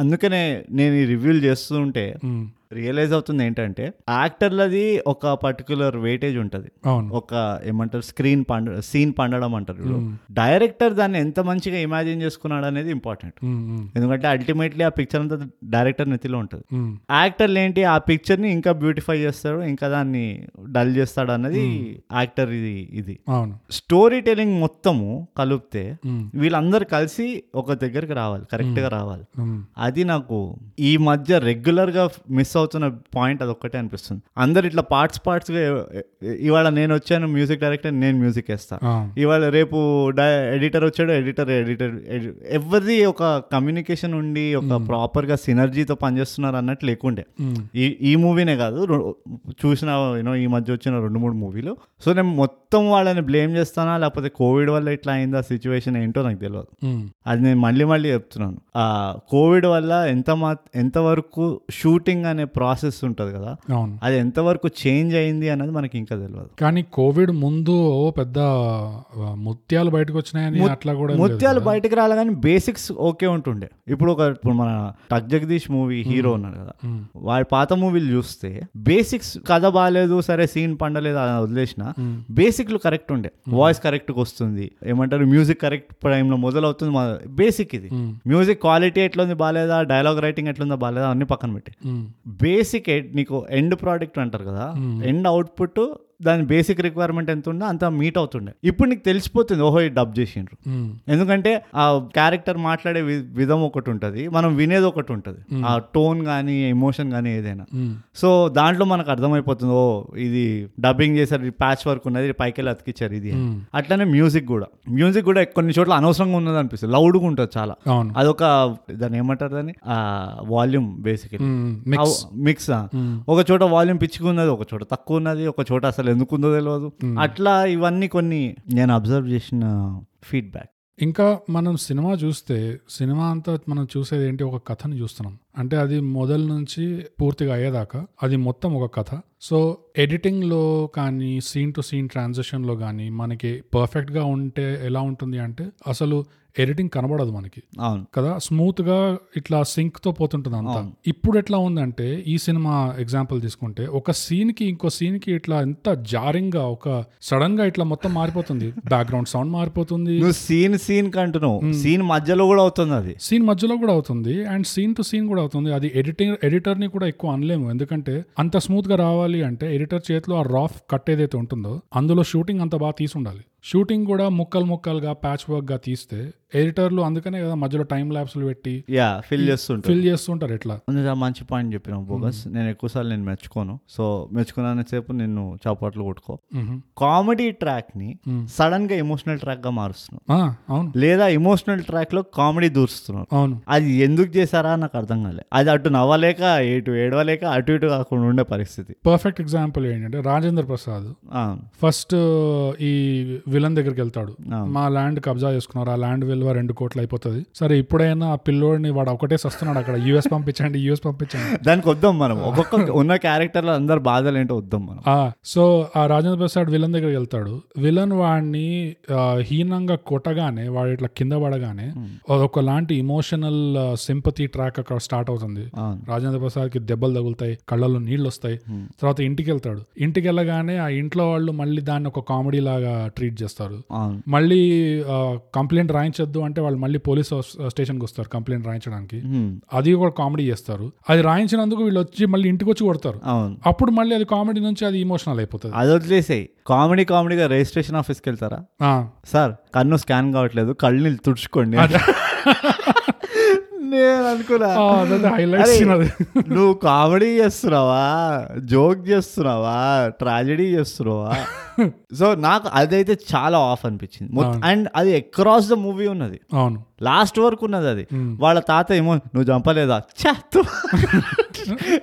[SPEAKER 1] అందుకనే నేను ఈ రివ్యూలు చేస్తుంటే
[SPEAKER 2] ఉమ్,
[SPEAKER 1] రియలైజ్ అవుతుంది ఏంటంటే యాక్టర్లది ఒక పర్టికులర్ వెయిటేజ్ ఉంటుంది
[SPEAKER 2] అవును
[SPEAKER 1] ఒక ఏమంటారు స్క్రీన్ పండ సీన్ పండడం అంటారు చూడు.
[SPEAKER 2] Hmm.
[SPEAKER 1] డైరెక్టర్ దాన్ని ఎంత మంచిగా ఇమాజిన్ చేసుకున్నాడు అనేది ఇంపార్టెంట్
[SPEAKER 2] ఉమ్, ఉమ్,
[SPEAKER 1] ఎందుకంటే అల్టిమేట్లీ ఆ పిక్చర్ అంతా డైరెక్టర్ నెత్తిలో ఉంటుంది
[SPEAKER 2] ఉమ్.
[SPEAKER 1] యాక్టర్లు ఏంటి ఆ పిక్చర్ని ఇంకా బ్యూటిఫై చేస్తాడు ఇంకా దాన్ని డల్ చేస్తాడు అన్నది యాక్టర్ ఇది ఇది
[SPEAKER 2] అవును
[SPEAKER 1] స్టోరీ టెలింగ్ మొత్తము కలిపితే
[SPEAKER 2] ఉమ్,
[SPEAKER 1] వీళ్ళందరూ కలిసి ఒక దగ్గరికి రావాలి కరెక్ట్గా రావాలి
[SPEAKER 2] ఉమ్,
[SPEAKER 1] అది నాకు ఈ మధ్య రెగ్యులర్గా మిస్ అవుతున్న పాయింట్ అదొక్కటే అనిపిస్తుంది అందరు ఇట్లా పార్ట్స్ పార్ట్స్గా ఇవాళ నేను వచ్చాను మ్యూజిక్ డైరెక్టర్ నేను మ్యూజిక్ వేస్తాను
[SPEAKER 2] అవును
[SPEAKER 1] ఇవాళ రేపు డై ఎడిటర్ వచ్చాడు ఎడిటర్ ఎడిటర్ ఎడి- ఎవరిది ఒక కమ్యూనికేషన్ ఉండి ఒక ప్రాపర్గా సినర్జీతో పనిచేస్తున్నారు అన్నట్టు లేకుండే
[SPEAKER 2] ఉమ్,
[SPEAKER 1] ఈ ఈ మూవీనే కాదు రొ- చూసిన యూనో ఈ మధ్య వచ్చిన రెండు మూడు మూవీలు సో నేను మొత్తం వాళ్ళని బ్లేమ్ చేస్తానా లేకపోతే కోవిడ్ వల్ల ఇట్లా అయిందా సిచ్యువేషన్ ఏంటో నాకు తెలియదు
[SPEAKER 2] ఉమ్,
[SPEAKER 1] అది నేను మళ్ళీ మళ్ళీ చెప్తున్నాను ఆ కోవిడ్ వల్ల ఎంత మా ఎంతవరకు షూటింగ్ అనే ప్రాసెస్ ఉంటుంది కదా
[SPEAKER 2] అవును
[SPEAKER 1] అది ఎంతవరకు చేంజ్ అయింది అన్నది మనకి ఇంకా తెలియదు
[SPEAKER 2] కానీ కోవిడ్ ముందు ఓ పెద్ద ఆ, ముత్యాలు బయటకు వచ్చినాయని అట్లా కూడా ఏం లేదు.
[SPEAKER 1] ముత్యాలు బయటకు రాలే కానీ బేసిక్స్ ఓకే ఉంటుండే ఇప్పుడు ఒక ఇప్పుడు మన టక్ జగదీష్ మూవీ హీరో ఉన్నాడు కదా
[SPEAKER 2] ఉమ్,
[SPEAKER 1] వాడి పాత మూవీలు చూస్తే బేసిక్స్ కథ బాగాలేదు సరే సీన్ పండలేదు అని వదిలేసిన
[SPEAKER 2] మ్మ్.
[SPEAKER 1] బేసిక్లు కరెక్ట్ ఉండే వాయిస్ కరెక్ట్గా వస్తుంది ఏమంటారు మ్యూజిక్ కరెక్ట్ టైంలో మొదలవుతుంది మా బేసిక్ ఇది
[SPEAKER 2] మ్మ్.
[SPEAKER 1] మ్యూజిక్ క్వాలిటీ ఎట్లుంది బాగాలేదా డైలాగ్ రైటింగ్ ఎట్లుందో బాగాలేదా అన్ని పక్కన పెట్టి
[SPEAKER 2] ఉమ్,
[SPEAKER 1] బేసిక్ నీకు ఎండ్ ప్రోడక్ట్ అంటారు కదా ఎండ్ అవుట్పుట్ దాని బేసిక్ రిక్వైర్మెంట్ ఎంత ఉన్నా అంత మీట్ అవుతుండే ఇప్పుడు నీకు తెలిసిపోతుంది ఓహో ఈ డబ్ చేసిండ్రు ఎందుకంటే ఆ క్యారెక్టర్ మాట్లాడే వి- విధం ఒకటి ఉంటుంది మనం వినేది ఒకటి ఉంటుంది ఆ టోన్ కానీ ఎమోషన్ కానీ ఏదైనా సో దాంట్లో మనకు అర్థమైపోతుంది ఓ ఇది డబ్బింగ్ చేశారు ప్యాచ్ వర్క్ ఉన్నది ఇది పైకి వెళ్ళి అతికిచ్చారు ఇది అని. అట్లనే మ్యూజిక్ కూడా మ్యూజిక్ కూడా కొన్ని చోట్ల అనవసరంగా ఉన్నది అనిపిస్తుంది లౌడ్గా ఉంటుంది చాలా
[SPEAKER 2] అవును
[SPEAKER 1] అదొక దాన్ని ఏమంటారు దాన్ని వాల్యూమ్ బేసిక్
[SPEAKER 2] మిక్స్
[SPEAKER 1] మిక్స్ ఒక చోట వాల్యూమ్ పిచ్చిగా ఉన్నది ఒక చోట తక్కువ ఉన్నది ఒక చోట అసలు ఎందుకు ఉందో తెలియదు అట్లా ఇవన్నీ కొన్ని నేను అబ్జర్వ్ చేసిన ఫీడ్బ్యాక్
[SPEAKER 2] ఇంకా మనం సినిమా చూస్తే సినిమా అంతా మనం చూసేది ఏంటి ఒక కథని చూస్తున్నాం అంటే అది మొదలు నుంచి పూర్తిగా అయ్యేదాకా అది మొత్తం ఒక కథ సో ఎడిటింగ్ లో కానీ సీన్ టు సీన్ ట్రాన్సాక్షన్ లో కానీ మనకి పర్ఫెక్ట్ గా ఉంటే ఎలా ఉంటుంది అంటే అసలు ఎడిటింగ్ కనబడదు మనకి
[SPEAKER 1] అవును
[SPEAKER 2] కదా స్మూత్ గా ఇట్లా సింక్ తో పోతుంటుంది అంతా ఇప్పుడు ఎట్లా ఉందంటే ఈ సినిమా ఎగ్జాంపుల్ తీసుకుంటే ఒక సీన్ కి ఇంకో సీన్ కి ఇట్లా ఎంత జారింగ్ గా ఒక సడన్ గా ఇట్లా మొత్తం మారిపోతుంది బ్యాక్గ్రౌండ్ సౌండ్ మారిపోతుంది
[SPEAKER 1] నువ్వు సీన్ సీన్ కంటున్నావు సీన్ మధ్యలో కూడా అవుతుంది అది
[SPEAKER 2] సీన్ మధ్యలో కూడా అవుతుంది అండ్ సీన్ టు సీన్ కూడా అవుతుంది అది ఎడిటింగ్ ఎడిటర్ ని కూడా ఎక్కువ అనలేము ఎందుకంటే అంత స్మూత్ గా రావాలి అంటే ఎడిటర్ చేతిలో ఆ రాఫ్ కట్ ఏదైతే ఉంటుందో అందులో షూటింగ్ అంత బాగా తీసి ఉండాలి షూటింగ్ కూడా ముక్కలు ముక్కలుగా ప్యాచ్ వర్క్ గా తీస్తే ఎడిటర్లు అందుకనే కదా మధ్యలో టైం ల్యాబ్స్లు పెట్టి
[SPEAKER 1] యా ఫిల్ చేస్తుంటా
[SPEAKER 2] ఫిల్ చేస్తుంటారు ఎట్లా
[SPEAKER 1] అందుకే ఆ మంచి పాయింట్ చెప్పినావు బోగస్ నేను ఎక్కువసార్లు నేను మెచ్చుకోను సో మెచ్చుకున్నానేసేపు నిన్ను చపాట్లు కొట్టుకో
[SPEAKER 2] మ్హూ.
[SPEAKER 1] కామెడీ ట్రాక్ ని సడన్ గా ఎమోషనల్ ట్రాక్ గా మారుస్తున్నావు
[SPEAKER 2] ఆ, అవును
[SPEAKER 1] లేదా ఎమోషనల్ ట్రాక్ లో కామెడీ దూరుస్తున్నావు
[SPEAKER 2] అవును
[SPEAKER 1] అది ఎందుకు చేశారా నాకు అర్థం కాలేదు అది అటు నవ్వలేక ఇటు ఏడవలేక అటు ఇటు కాకుండా ఉండే పరిస్థితి
[SPEAKER 2] పర్ఫెక్ట్ ఎగ్జాంపుల్ ఏంటంటే రాజేంద్ర ప్రసాద్
[SPEAKER 1] ఆ,
[SPEAKER 2] ఫస్ట్ ఈ విలన్ దగ్గరికి వెళ్తాడు
[SPEAKER 1] ఆ.
[SPEAKER 2] మా ల్యాండ్ కబ్జా చేసుకున్నారు ఆ ల్యాండ్ విలువ రెండు కోట్లు అయిపోతుంది సరే ఇప్పుడైనా ఆ పిల్లోడిని వాడు ఒకటే వస్తున్నాడు అక్కడ యూఎస్ పంపించండి యూఎస్ పంపించండి
[SPEAKER 1] దానికి వద్దాం మనం ఒక్కొక్క ఉన్న క్యారెక్టర్లో అందరు బాధలు ఏంటో వద్దాం మనం
[SPEAKER 2] ఆ, సో ఆ రాజేంద్ర ప్రసాద్ విలన్ దగ్గరికి వెళ్తాడు విలన్ వాడిని ఆ, హీనంగా కొట్టగానే వాడు ఇట్లా కింద పడగానే అదొక లాంటి ఇమోషనల్ సింపతి ట్రాక్ అక్కడ స్టార్ట్ అవుతుంది
[SPEAKER 1] అవును.
[SPEAKER 2] రాజేంద్ర ప్రసాద్ కి దెబ్బలు తగులుతాయి కళ్ళలో నీళ్ళు వస్తాయి తర్వాత ఇంటికి వెళ్తాడు ఇంటికి వెళ్ళగానే ఆ ఇంట్లో వాళ్ళు మళ్ళీ దాన్ని ఒక కామెడీ లాగా ట్రీట్ చేస్తారు
[SPEAKER 1] అవును
[SPEAKER 2] మళ్ళీ కంప్లైంట్ రాయించొద్దు అంటే వాళ్ళు మళ్ళీ పోలీస్ స్టేషన్కి వస్తారు కంప్లైంట్ రాయించడానికి
[SPEAKER 1] హ్మ్,
[SPEAKER 2] అది కూడా కామెడీ చేస్తారు అది రాయించినందుకు వీళ్ళు వచ్చి మళ్ళీ ఇంటికి వచ్చి కొడతారు
[SPEAKER 1] అవును
[SPEAKER 2] అప్పుడు మళ్ళీ అది కామెడీ నుంచి అది ఇమోషనల్ అయిపోతుంది
[SPEAKER 1] అది వదిలేసాయి కామెడీ కామెడీగా రిజిస్ట్రేషన్ ఆఫీస్కి వెళ్తారా
[SPEAKER 2] ఆ,
[SPEAKER 1] సార్ కన్ను స్కాన్ కావట్లేదు కళ్ళు నీళ్ళు తుడుచుకోండి నేను అనుకున్నా
[SPEAKER 2] ఆ, అదైతే హైలైట్
[SPEAKER 1] అరే,
[SPEAKER 2] సీన్ అది
[SPEAKER 1] నువ్వు కామెడీ చేస్తున్నావా జోక్ చేస్తున్నావా ట్రాజెడీ చేస్తున్నావా సో నాకు అదైతే చాలా ఆఫ్ అనిపించింది అండ్ అది అక్రాస్ ద మూవీ ఉన్నది
[SPEAKER 2] అవును
[SPEAKER 1] లాస్ట్ వరకు ఉన్నది అది వాళ్ళ తాత ఏమో నువ్వు చంపలేదా ఛా, తు."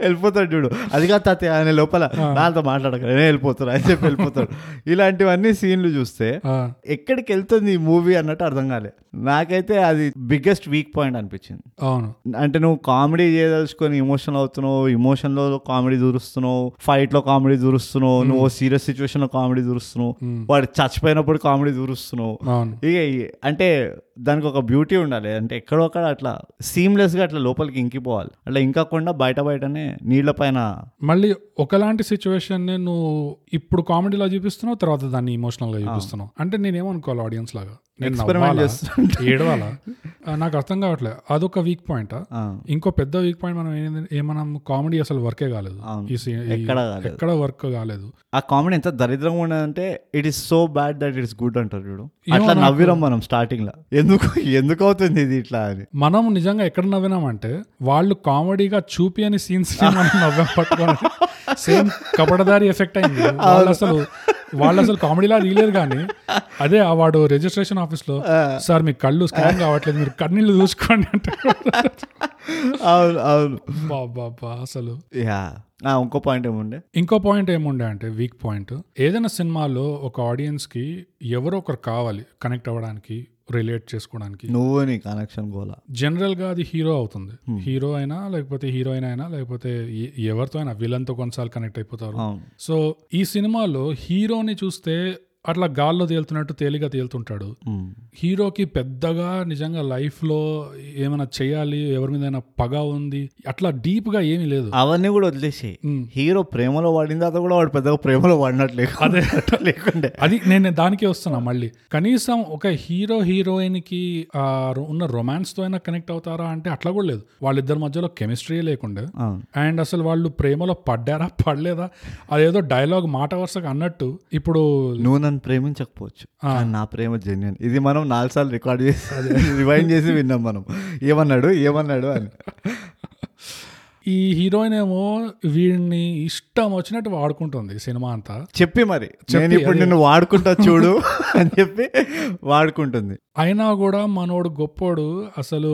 [SPEAKER 1] వెళ్ళిపోతాడు చూడు అది కాదు తాతయ్య ఆయన లోపల నాతో మాట్లాడక నేనే వెళ్ళిపోతాడు అని చెప్పి వెళ్ళిపోతాడు ఇలాంటివన్నీ సీన్లు చూస్తే
[SPEAKER 2] ఆ,
[SPEAKER 1] ఎక్కడికి వెళ్తుంది ఈ మూవీ అన్నట్టు అర్థం కాలే నాకైతే అది బిగ్గెస్ట్ వీక్ పాయింట్ అనిపించింది
[SPEAKER 2] అవును
[SPEAKER 1] అంటే నువ్వు కామెడీ చేయదలుచుకొని ఇమోషనల్ అవుతున్నావు ఇమోషన్లో కామెడీ దూరుస్తున్నావు ఫైట్లో కామెడీ దూరుస్తున్నావు నువ్వు సీరియస్ సిచ్యువేషన్లో కామెడీ దూరుస్తున్నావు వాడు చచ్చిపోయినప్పుడు కామెడీ దూరుస్తున్నావు
[SPEAKER 2] అవును
[SPEAKER 1] ఇక ఈ- అంటే దానికి ఒక బ్యూటీ ఉండాలి అంటే ఎక్కడో అక్కడ అట్లా సీమ్లెస్గా అట్లా లోపలికి ఇంకిపోవాలి అట్లా ఇంకకుండా బయట బయటనే నీళ్ళ పైన
[SPEAKER 2] మళ్ళీ ఒకలాంటి సిచ్యువేషన్ నువ్వు ఇప్పుడు కామెడీలా చూపిస్తున్నావు తర్వాత దాన్ని ఇమోషనల్ గా చూపిస్తున్నావు అంటే నేనేమనుకోవాలి ఆడియన్స్ లాగా నేను
[SPEAKER 1] Experiment
[SPEAKER 2] నవ్వాలా?
[SPEAKER 1] చేస్తుంటే.
[SPEAKER 2] ఏడవాలా ఆ, నాకు అర్థం కావట్లేదు అదొక వీక్ పాయింట్
[SPEAKER 1] ఆ,
[SPEAKER 2] ఇంకో పెద్ద వీక్ పాయింట్ మనం ఏంది- ఏ మనం కామెడీ అసలు వర్కే కాలేదు
[SPEAKER 1] అవును.
[SPEAKER 2] ఈ సీ- ఈ-
[SPEAKER 1] ఎక్కడ కాలేదు.
[SPEAKER 2] ఎక్కడ వర్క్ కాలేదు
[SPEAKER 1] ఆ కామెడీ ఎంత దరిద్రంగా ఉండదంటే it is so bad that it's good అంటారు చూడు
[SPEAKER 2] ఏమో
[SPEAKER 1] అట్లా
[SPEAKER 2] నాకు-
[SPEAKER 1] నవ్విరం మనం స్టార్టింగ్ లో ఎందుకు ఎందుకు అవుతుంది ఇది ఇట్లా అని
[SPEAKER 2] మనం నిజంగా ఎక్కడ నవ్వినామంటే వాళ్ళు కామెడీగా చూపి అని సీన్స్ మనం నవ్వాం పట్టుకోవాలి సేమ్ కపడదారి ఎఫెక్ట్ అయింది వాళ్ళు అసలు వాళ్ళు అసలు కామెడీలా తీయలేరు కానీ అదే ఆ వాడు రిజిస్ట్రేషన్ ఆఫీస్ లో సార్ మీ కళ్ళు స్కాన్ కావట్లేదు మీరు కన్నీళ్ళు చూసుకోండి అంటే
[SPEAKER 1] అవును అవును
[SPEAKER 2] బాబా అసలు
[SPEAKER 1] యా ఇంకో పాయింట్ ఏముండే
[SPEAKER 2] ఇంకో పాయింట్ ఏముండే అంటే వీక్ పాయింట్ ఏదైనా సినిమాలో ఒక ఆడియన్స్ కి ఎవరో ఒకరు కావాలి కనెక్ట్ అవ్వడానికి రిలేట్ చేసుకోవడానికి
[SPEAKER 1] నువ్వు నీ కనెక్షన్ గోలా
[SPEAKER 2] జనరల్ గా అది హీరో అవుతుంది హీరో అయినా లేకపోతే హీరోయిన్ అయినా లేకపోతే ఎ- Hmm. ఎవరితో అయినా విలన్ తో కొన్నిసార్లు కనెక్ట్ అయిపోతారు
[SPEAKER 1] అవును
[SPEAKER 2] సో ఈ సినిమాలో హీరోని చూస్తే అట్లా గాల్లో తేలుతున్నట్టు తేలిగా తేలుతుంటాడు
[SPEAKER 1] Hmm.
[SPEAKER 2] హీరోకి పెద్దగా నిజంగా లైఫ్ లో ఏమైనా చేయాలి ఎవరి మీద పగ ఉంది అట్లా డీప్ గా ఏమీ లేదు
[SPEAKER 1] అవన్నీ కూడా వదిలేసి
[SPEAKER 2] మ్మ్.
[SPEAKER 1] హీరో ప్రేమలో వాడింది అది కూడా వాడు పెద్దగా ప్రేమలో వాడినట్లే అదే లేకుండే
[SPEAKER 2] అది నేను దానికే వస్తున్నా మళ్ళీ కనీసం ఒక హీరో హీరోయిన్ కి ఆ, రొ- ఉన్న రొమాన్స్ తో అయినా కనెక్ట్ అవుతారా అంటే అట్లా కూడా లేదు వాళ్ళిద్దరి మధ్యలో కెమిస్ట్రీ లేకుండా
[SPEAKER 1] అవును.
[SPEAKER 2] అండ్ అసలు వాళ్ళు ప్రేమలో పడ్డారా పడలేదా అదేదో డైలాగ్ మాట వరుసగా అన్నట్టు ఇప్పుడు
[SPEAKER 1] నువ్వు నన్ను ప్రేమించకపోవచ్చు కానీ నా ప్రేమ జెన్యున్ ఇది మనం నాలుగు సార్లు రికార్డ్ చేసి రివైండ్ చేసి విన్నాం మనం ఏమన్నాడు ఏమన్నాడు అని
[SPEAKER 2] ఈ హీరోయిన్ ఏమో వీడిని ఇష్టం వచ్చినట్టు వాడుకుంటుంది సినిమా అంతా
[SPEAKER 1] చెప్పి మరి నేను ఇప్పుడు నిన్ను వాడుకుంటా చూడు అని చెప్పి వాడుకుంటుంది
[SPEAKER 2] అయినా కూడా మనోడు గొప్పోడు అసలు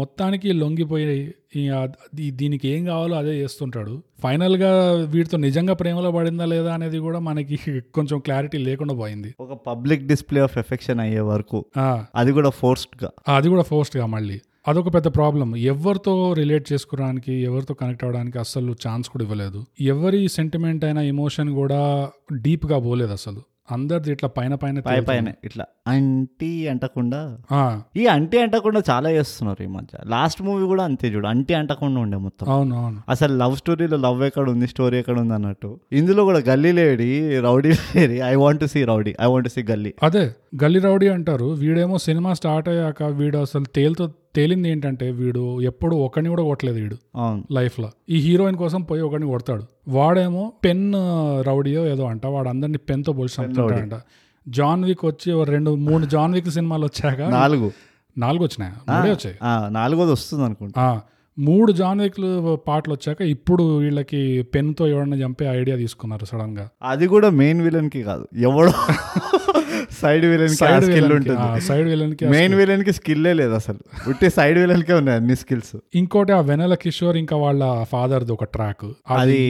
[SPEAKER 2] మొత్తానికి లొంగిపోయి ఈ ఆ- దీ- దీనికి ఏం కావాలో అదే చేస్తుంటాడు ఫైనల్గా వీటితో నిజంగా ప్రేమలో పడిందా లేదా అనేది కూడా మనకి కొంచెం క్లారిటీ లేకుండా పోయింది
[SPEAKER 1] ఒక పబ్లిక్ డిస్ప్లే ఆఫ్ ఎఫెక్షన్ అయ్యే వరకు
[SPEAKER 2] ఆ,
[SPEAKER 1] అది కూడా ఫోర్స్డ్గా
[SPEAKER 2] అది కూడా ఫోర్స్డ్గా మళ్ళీ అదొక పెద్ద ప్రాబ్లం ఎవరితో రిలేట్ చేసుకోవడానికి ఎవరితో కనెక్ట్ అవ్వడానికి అసలు ఛాన్స్ కూడా ఇవ్వలేదు ఎవరి సెంటిమెంట్ అయినా ఎమోషన్ కూడా డీప్గా పోలేదు అసలు అందరిది ఇట్లా పైన పైన
[SPEAKER 1] పై పైన ఇట్లా అంటీ అంటకుండా
[SPEAKER 2] ఆ,
[SPEAKER 1] ఈ అంటీ అంటకుండా చాలా చేస్తున్నారు ఈ మధ్య లాస్ట్ మూవీ కూడా అంతే చూడు అంటీ అంటకుండా ఉండే మొత్తం
[SPEAKER 2] అవును అవును
[SPEAKER 1] అసలు లవ్ స్టోరీలో లవ్ ఎక్కడ ఉంది స్టోరీ ఎక్కడ ఉంది అన్నట్టు ఇందులో కూడా గల్లీ lady rowdy lady I want to see rowdy I want to see గల్లీ
[SPEAKER 2] అదే గల్లీ రౌడీ అంటారు వీడేమో సినిమా స్టార్ట్ అయ్యాక వీడు అసలు తేలుతో తేలింది ఏంటంటే వీడు ఎప్పుడు ఒకరిని కూడా కొట్టలేదు వీడు
[SPEAKER 1] అవును
[SPEAKER 2] లైఫ్ లో ఈ హీరోయిన్ కోసం పోయి ఒకరిని కొడతాడు వాడేమో పెన్ రౌడీయో ఏదో అంట వాడు అందరినీ పెన్ తో పోల్చి చంపుతుంటాడంట జాన్ విక్ వచ్చి ఓ రెండు మూడు జాన్ విక్ సినిమాలు వచ్చాక
[SPEAKER 1] నాలుగు
[SPEAKER 2] నాలుగు వచ్చినాయి మూడే వచ్చాయి
[SPEAKER 1] ఆ, నాలుగోది వస్తుంది అనుకుంటా
[SPEAKER 2] ఆ, మూడు జాన్ విక్ పాటలు వచ్చాక ఇప్పుడు వీళ్ళకి పెన్ తో ఎవరైనా చంపే ఐడియా తీసుకున్నారు సడన్ గా
[SPEAKER 1] అది కూడా మెయిన్ విలన్ కి కాదు ఎవడో సైడ్ విలన్ కి స్కిల్ ఉంటుంది
[SPEAKER 2] సైడ్ విలన్ కి
[SPEAKER 1] మెయిన్ విలన్ కి స్కిల్లే లేదు అసలు ఉట్టి సైడ్ విలన్ కే ఉన్నాయి అన్ని స్కిల్స్
[SPEAKER 2] ఇంకోటి ఆ వెనెల కిషోర్ ఇంకా వాళ్ళ ఫాదర్ది ఒక ట్రాక్ అది
[SPEAKER 1] అది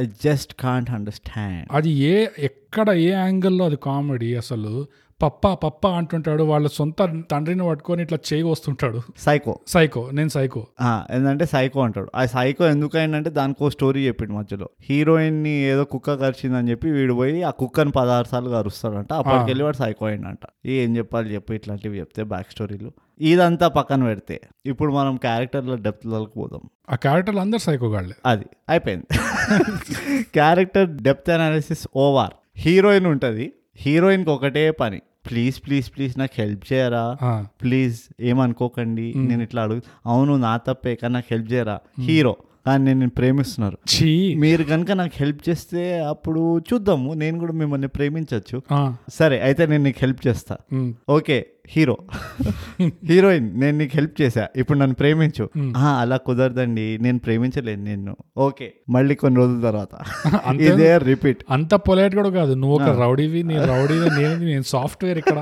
[SPEAKER 1] ఐ జస్ట్ కాంట్ అండర్స్టాండ్
[SPEAKER 2] అది ఏ ఎక్కడ ఏ యాంగిల్లో అది కామెడీ అసలు పప్పా పప్పా అంటుంటాడు వాళ్ళ సొంత తండ్రిని పట్టుకొని ఇట్లా చేయి వస్తుంటాడు
[SPEAKER 1] సైకో
[SPEAKER 2] సైకో నేను సైకో
[SPEAKER 1] ఆ, ఏంటంటే సైకో అంటాడు ఆ సైకో ఎందుకు అయిందంటే దానికో స్టోరీ చెప్పిండు మధ్యలో హీరోయిన్ ని ఏదో కుక్క కరిచిందని చెప్పి వీడు పోయి ఆ కుక్కని పదహారు సార్లు కరుస్తాడంట అప్పటికి వెళ్ళి వాడు సైకో అయిందంట ఏం చెప్పాలి చెప్పు ఇట్లాంటివి చెప్తే బ్యాక్ స్టోరీలు ఇదంతా పక్కన పెడితే ఇప్పుడు మనం క్యారెక్టర్ల డెప్త్లకు పోదాం
[SPEAKER 2] ఆ క్యారెక్టర్లు అందరు సైకో గాళ్ళే
[SPEAKER 1] అది అయిపోయింది character depth analysis over heroine ఉంటుంది హీరోయిన్కి ఒకటే పని ప్లీజ్ ప్లీజ్ ప్లీజ్ నాకు హెల్ప్ చేయరా
[SPEAKER 2] ఆ,
[SPEAKER 1] ప్లీజ్ ఏమనుకోకండి నేను ఇట్లా అడుగు అవును నా తప్పే కానీ నాకు హెల్ప్ చేయరా హీరో కానీ నేను నిన్ను ప్రేమిస్తున్నారు
[SPEAKER 2] ఛీ
[SPEAKER 1] మీరు కనుక నాకు హెల్ప్ చేస్తే అప్పుడు చూద్దాము నేను కూడా మిమ్మల్ని ప్రేమించవచ్చు
[SPEAKER 2] ఆ,
[SPEAKER 1] సరే అయితే నేను నీకు హెల్ప్ చేస్తా
[SPEAKER 2] ఉమ్,
[SPEAKER 1] ఓకే హీరో హీరోయిన్ నేను నీకు హెల్ప్ చేశా ఇప్పుడు నన్ను ప్రేమించు ఆ, అలా కుదరదండి నేను ప్రేమించలేను నిన్ను ఓకే మళ్ళీ కొన్ని రోజుల తర్వాత
[SPEAKER 2] అంతే.
[SPEAKER 1] ఇదే రిపీట్
[SPEAKER 2] అంత పొలైట్ కూడా కాదు నువ్వు ఒక రౌడీవి నేను రౌడీవి నేను నేను సాఫ్ట్వేర్ ఇక్కడ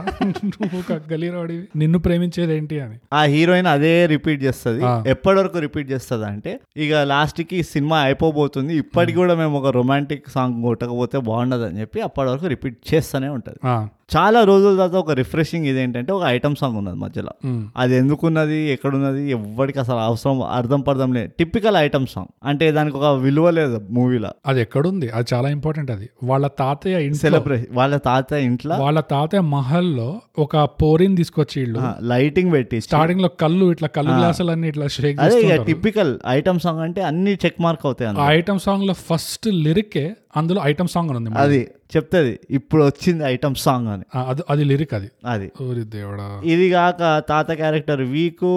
[SPEAKER 2] నువ్వు ఒక గలీ రౌడీవి నిన్ను ప్రేమించేది ఏంటి అని
[SPEAKER 1] ఆ హీరోయిన్ అదే రిపీట్ చేస్తుంది
[SPEAKER 2] ఆ.
[SPEAKER 1] ఎప్పటి వరకు రిపీట్ చేస్తుంది అంటే ఇక లాస్ట్ కి సినిమా అయిపోబోతుంది ఇప్పటికి కూడా మేము ఒక రొమాంటిక్ సాంగ్ కొట్టకపోతే బాగుండదు అని చెప్పి అప్పటి వరకు రిపీట్ చేస్తూనే ఉంటుంది
[SPEAKER 2] ఆ,
[SPEAKER 1] చాలా రోజుల తర్వాత ఒక రిఫ్రెషింగ్ ఇదేంటంటే ఒక ఐటమ్ సాంగ్ ఉన్నది మధ్యలో
[SPEAKER 2] ఉమ్,
[SPEAKER 1] అది ఎందుకున్నది ఎక్కడున్నది ఎవ్వడికి అసలు అవసరం అర్థం పర్థం లేదు టిపికల్ ఐటమ్ సాంగ్ అంటే దానికి ఒక విలువ లేదు మూవీలో
[SPEAKER 2] అది ఎక్కడుంది అది చాలా ఇంపార్టెంట్ అది వాళ్ళ తాతయ్య ఇంట్లో
[SPEAKER 1] సెలబ్రేషన్ వాళ్ళ తాత ఇంట్లో
[SPEAKER 2] వాళ్ళ తాతయ్య మహల్లో ఒక పోరిని తీసుకొచ్చి వీళ్ళు
[SPEAKER 1] లైటింగ్ పెట్టి
[SPEAKER 2] స్టార్టింగ్ లో కళ్ళు ఇట్లా కళ్ళు గ్లాసులు అన్ని ఇట్లా షేక్
[SPEAKER 1] అదే ఇక
[SPEAKER 2] చేస్తుంటారు
[SPEAKER 1] టిపికల్ ఐటమ్ సాంగ్ అంటే అన్ని చెక్ మార్క్ అవుతాయి అందులో.
[SPEAKER 2] ఆ ఐటమ్ సాంగ్ లో ఫస్ట్ లిరికే అందులో ఐటమ్ సాంగ్ అని ఉంది మరి.
[SPEAKER 1] అది చెప్తుంది ఇప్పుడు వచ్చింది ఐటమ్ సాంగ్ అని
[SPEAKER 2] ఆ, అది అది లిరిక్ అది
[SPEAKER 1] అది
[SPEAKER 2] ఓరి దేవుడా
[SPEAKER 1] ఇది కాక తాత క్యారెక్టర్ వీకు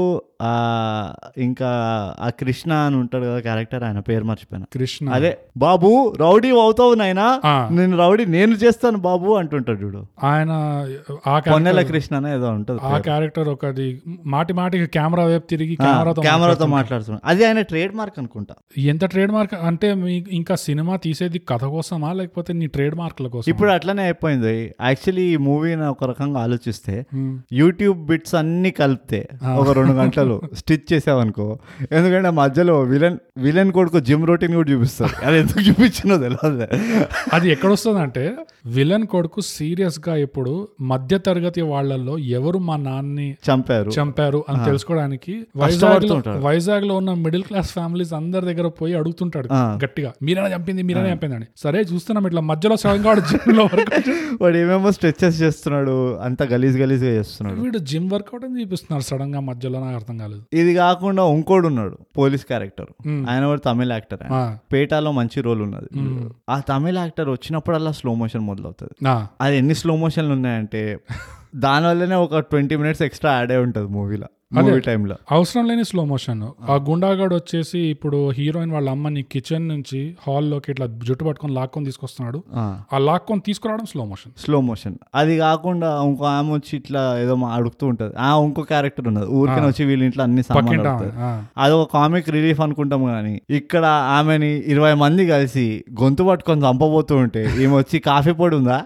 [SPEAKER 1] ఆ, ఇంకా ఆ కృష్ణ అని ఉంటాడు కదా క్యారెక్టర్ ఆయన పేరు మర్చిపోయినా
[SPEAKER 2] కృష్ణ
[SPEAKER 1] అదే బాబు రౌడీ అవుతావు నాయనా
[SPEAKER 2] ఆ,
[SPEAKER 1] నేను రౌడీ నేను చేస్తాను బాబు అంటుంటాడు చూడు
[SPEAKER 2] ఆయన ఆ
[SPEAKER 1] పొన్నెల
[SPEAKER 2] క్యారెక్టర్
[SPEAKER 1] కృష్ణ అనే ఏదో ఉంటుంది
[SPEAKER 2] ఆ క్యారెక్టర్ ఒకటి మాటి మాటికి కెమెరా వైపు తిరిగి కెమెరాతో
[SPEAKER 1] కెమెరాతో మాట్లాడుతున్నాడు అది ఆయన ట్రేడ్ మార్క్ అనుకుంటా
[SPEAKER 2] మాట్లాడు- ఎంత ట్రేడ్ మార్క్ అంటే మీ ఇంకా సినిమా తీసేది కథ కోసమా లేకపోతే నీ ట్రేడ్ మార్క్ల కోసం
[SPEAKER 1] ఇప్పుడు అట్లనే అయిపోయింది యాక్చువల్లీ ఈ మూవీని ఒక రకంగా ఆలోచిస్తే యూట్యూబ్ బిట్స్ అన్ని కలిపితే ఒక రెండు గంటలు మధ్యలో స్టిచ్ చేసావనుకో ఎందుకంటే మధ్యలో విలన్ విలన్ కొడుకు జిమ్ రొటీన్ కూడా చూపిస్తారు అది ఎందుకు చూపించినో తెలియదు
[SPEAKER 2] అది ఎక్కడొస్తుందంటే విలన్ కొడుకు సీరియస్ గా ఇప్పుడు మధ్య తరగతి వాళ్ళల్లో ఎవరు మా నాన్ని
[SPEAKER 1] చంపారు
[SPEAKER 2] చంపారు అని తెలుసుకోవడానికి వైజాగ్ లో
[SPEAKER 1] కష్టపడుతుంటాడు.
[SPEAKER 2] వైజాగ్ లో ఉన్న మిడిల్ క్లాస్ ఫ్యామిలీస్ అందరి దగ్గర పోయి అడుగుతుంటాడు గట్టిగా మీరైనా చంపింది మీరైనా చంపింది అని సరే చూస్తున్నాం ఇట్లా మధ్యలో సడన్ గా వాడు gym లో workout చేస్తున్నాడు.
[SPEAKER 1] వాడు ఏమేమో స్ట్రెచెస్ చేస్తున్నాడు అంత గలీజ్ గలీజ్గా చేస్తున్నాడు
[SPEAKER 2] వీడు జిమ్ వర్కౌట్ అని చూపిస్తున్నారు సడన్ గా మధ్యలో నాకు అర్థం కాలేదు
[SPEAKER 1] ఇది కాకుండా ఇంకోడు ఉన్నాడు పోలీస్ క్యారెక్టర్
[SPEAKER 2] Hmm.
[SPEAKER 1] ఆయన వాడు తమిళ యాక్టర్ ఆయన
[SPEAKER 2] ఆ,
[SPEAKER 1] పేటాలో మంచి రోల్ ఉన్నది ఆ తమిళ యాక్టర్ వచ్చినప్పుడల్లా స్లో మోషన్ మొదలవుతుంది
[SPEAKER 2] ఆ,
[SPEAKER 1] అది ఎన్ని స్లో మోషన్లు ఉన్నాయంటే దానివల్లనే ఒక ట్వంటీ మినిట్స్ ఎక్స్ట్రా యాడ్ అయి ఉంటుంది మూవీలో మూవీ టైంలో
[SPEAKER 2] అవసరం లేని స్లో మోషన్ ఆ గుండాగాడు వచ్చేసి ఇప్పుడు హీరోయిన్ వాళ్ళ అమ్మని కిచెన్ నుంచి హాల్లోకి ఇట్లా జుట్టు పట్టుకొని లాక్కొని తీసుకొస్తున్నాడు ఆ లాక్కొని తీసుకురావడం స్లో మోషన్
[SPEAKER 1] స్లో మోషన్ అది కాకుండా ఇంకో ఆమె వచ్చి ఇట్లా ఏదో మా అడుగుతూ ఉంటుంది ఆ ఇంకో క్యారెక్టర్ ఉన్నది ఊరికనే వచ్చి వీళ్ళ ఇంట్లో అన్ని సామాన్లు
[SPEAKER 2] పక్కింటా
[SPEAKER 1] అడుగుతారు. అది ఒక కామిక్ రిలీఫ్ అనుకుంటాం కానీ ఇక్కడ ఆమెని ఇరవై మంది కలిసి గొంతు పట్టుకొని చంపబోతూ ఉంటే ఈమె వచ్చి కాఫీ పొడి ఉందా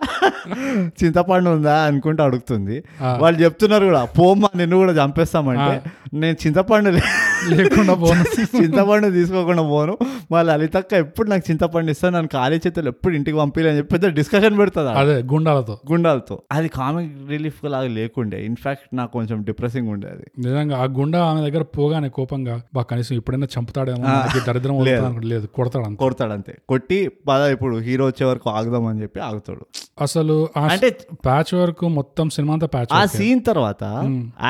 [SPEAKER 1] చింతపండు ఉందా అనుకుంటూ అడుగుతుంది
[SPEAKER 2] ఆ.
[SPEAKER 1] వాళ్ళు చెప్తున్నారు కూడా పోమ్మా నిన్ను కూడా చంపేస్తామంటే నేను చింతపండు లే-
[SPEAKER 2] లేకుండా బోనస్
[SPEAKER 1] చింతపండు తీసుకోకుండా పోను మా లలితక్క ఎప్పుడు నాకు చింతపండు ఇస్తాను నన్ను ఖాళీ చేతులు ఎప్పుడు ఇంటికి పంపించలే అని చెప్పి పెద్ద డిస్కషన్ పెడుతుంది ఆడ
[SPEAKER 2] అదే గుండాలతో
[SPEAKER 1] గుండాలతో అది కామిక్ రిలీఫ్ లాగా లేకుండే ఇన్ఫాక్ట్ నాకు కొంచెం డిప్రెసింగ్ ఉండేది
[SPEAKER 2] నిజంగా ఆ గుండా ఆమె దగ్గర పోగానే కోపంగా బా కనీసం ఎప్పుడైనా చంపుతాడేమో మనకి దరిద్రం వదులుతుంది అనుకోండి. లేదు కొడతాడు అంత
[SPEAKER 1] కొడతాడు అంతే కొట్టి పద ఇప్పుడు హీరో వచ్చే వరకు ఆగుదాం అని చెప్పి ఆగుతాడు
[SPEAKER 2] అసలు ఆ
[SPEAKER 1] అంటే
[SPEAKER 2] ప్యాచ్ వరకు మొత్తం సినిమా అంతా ప్యాచ్
[SPEAKER 1] ఆ సీన్ తర్వాత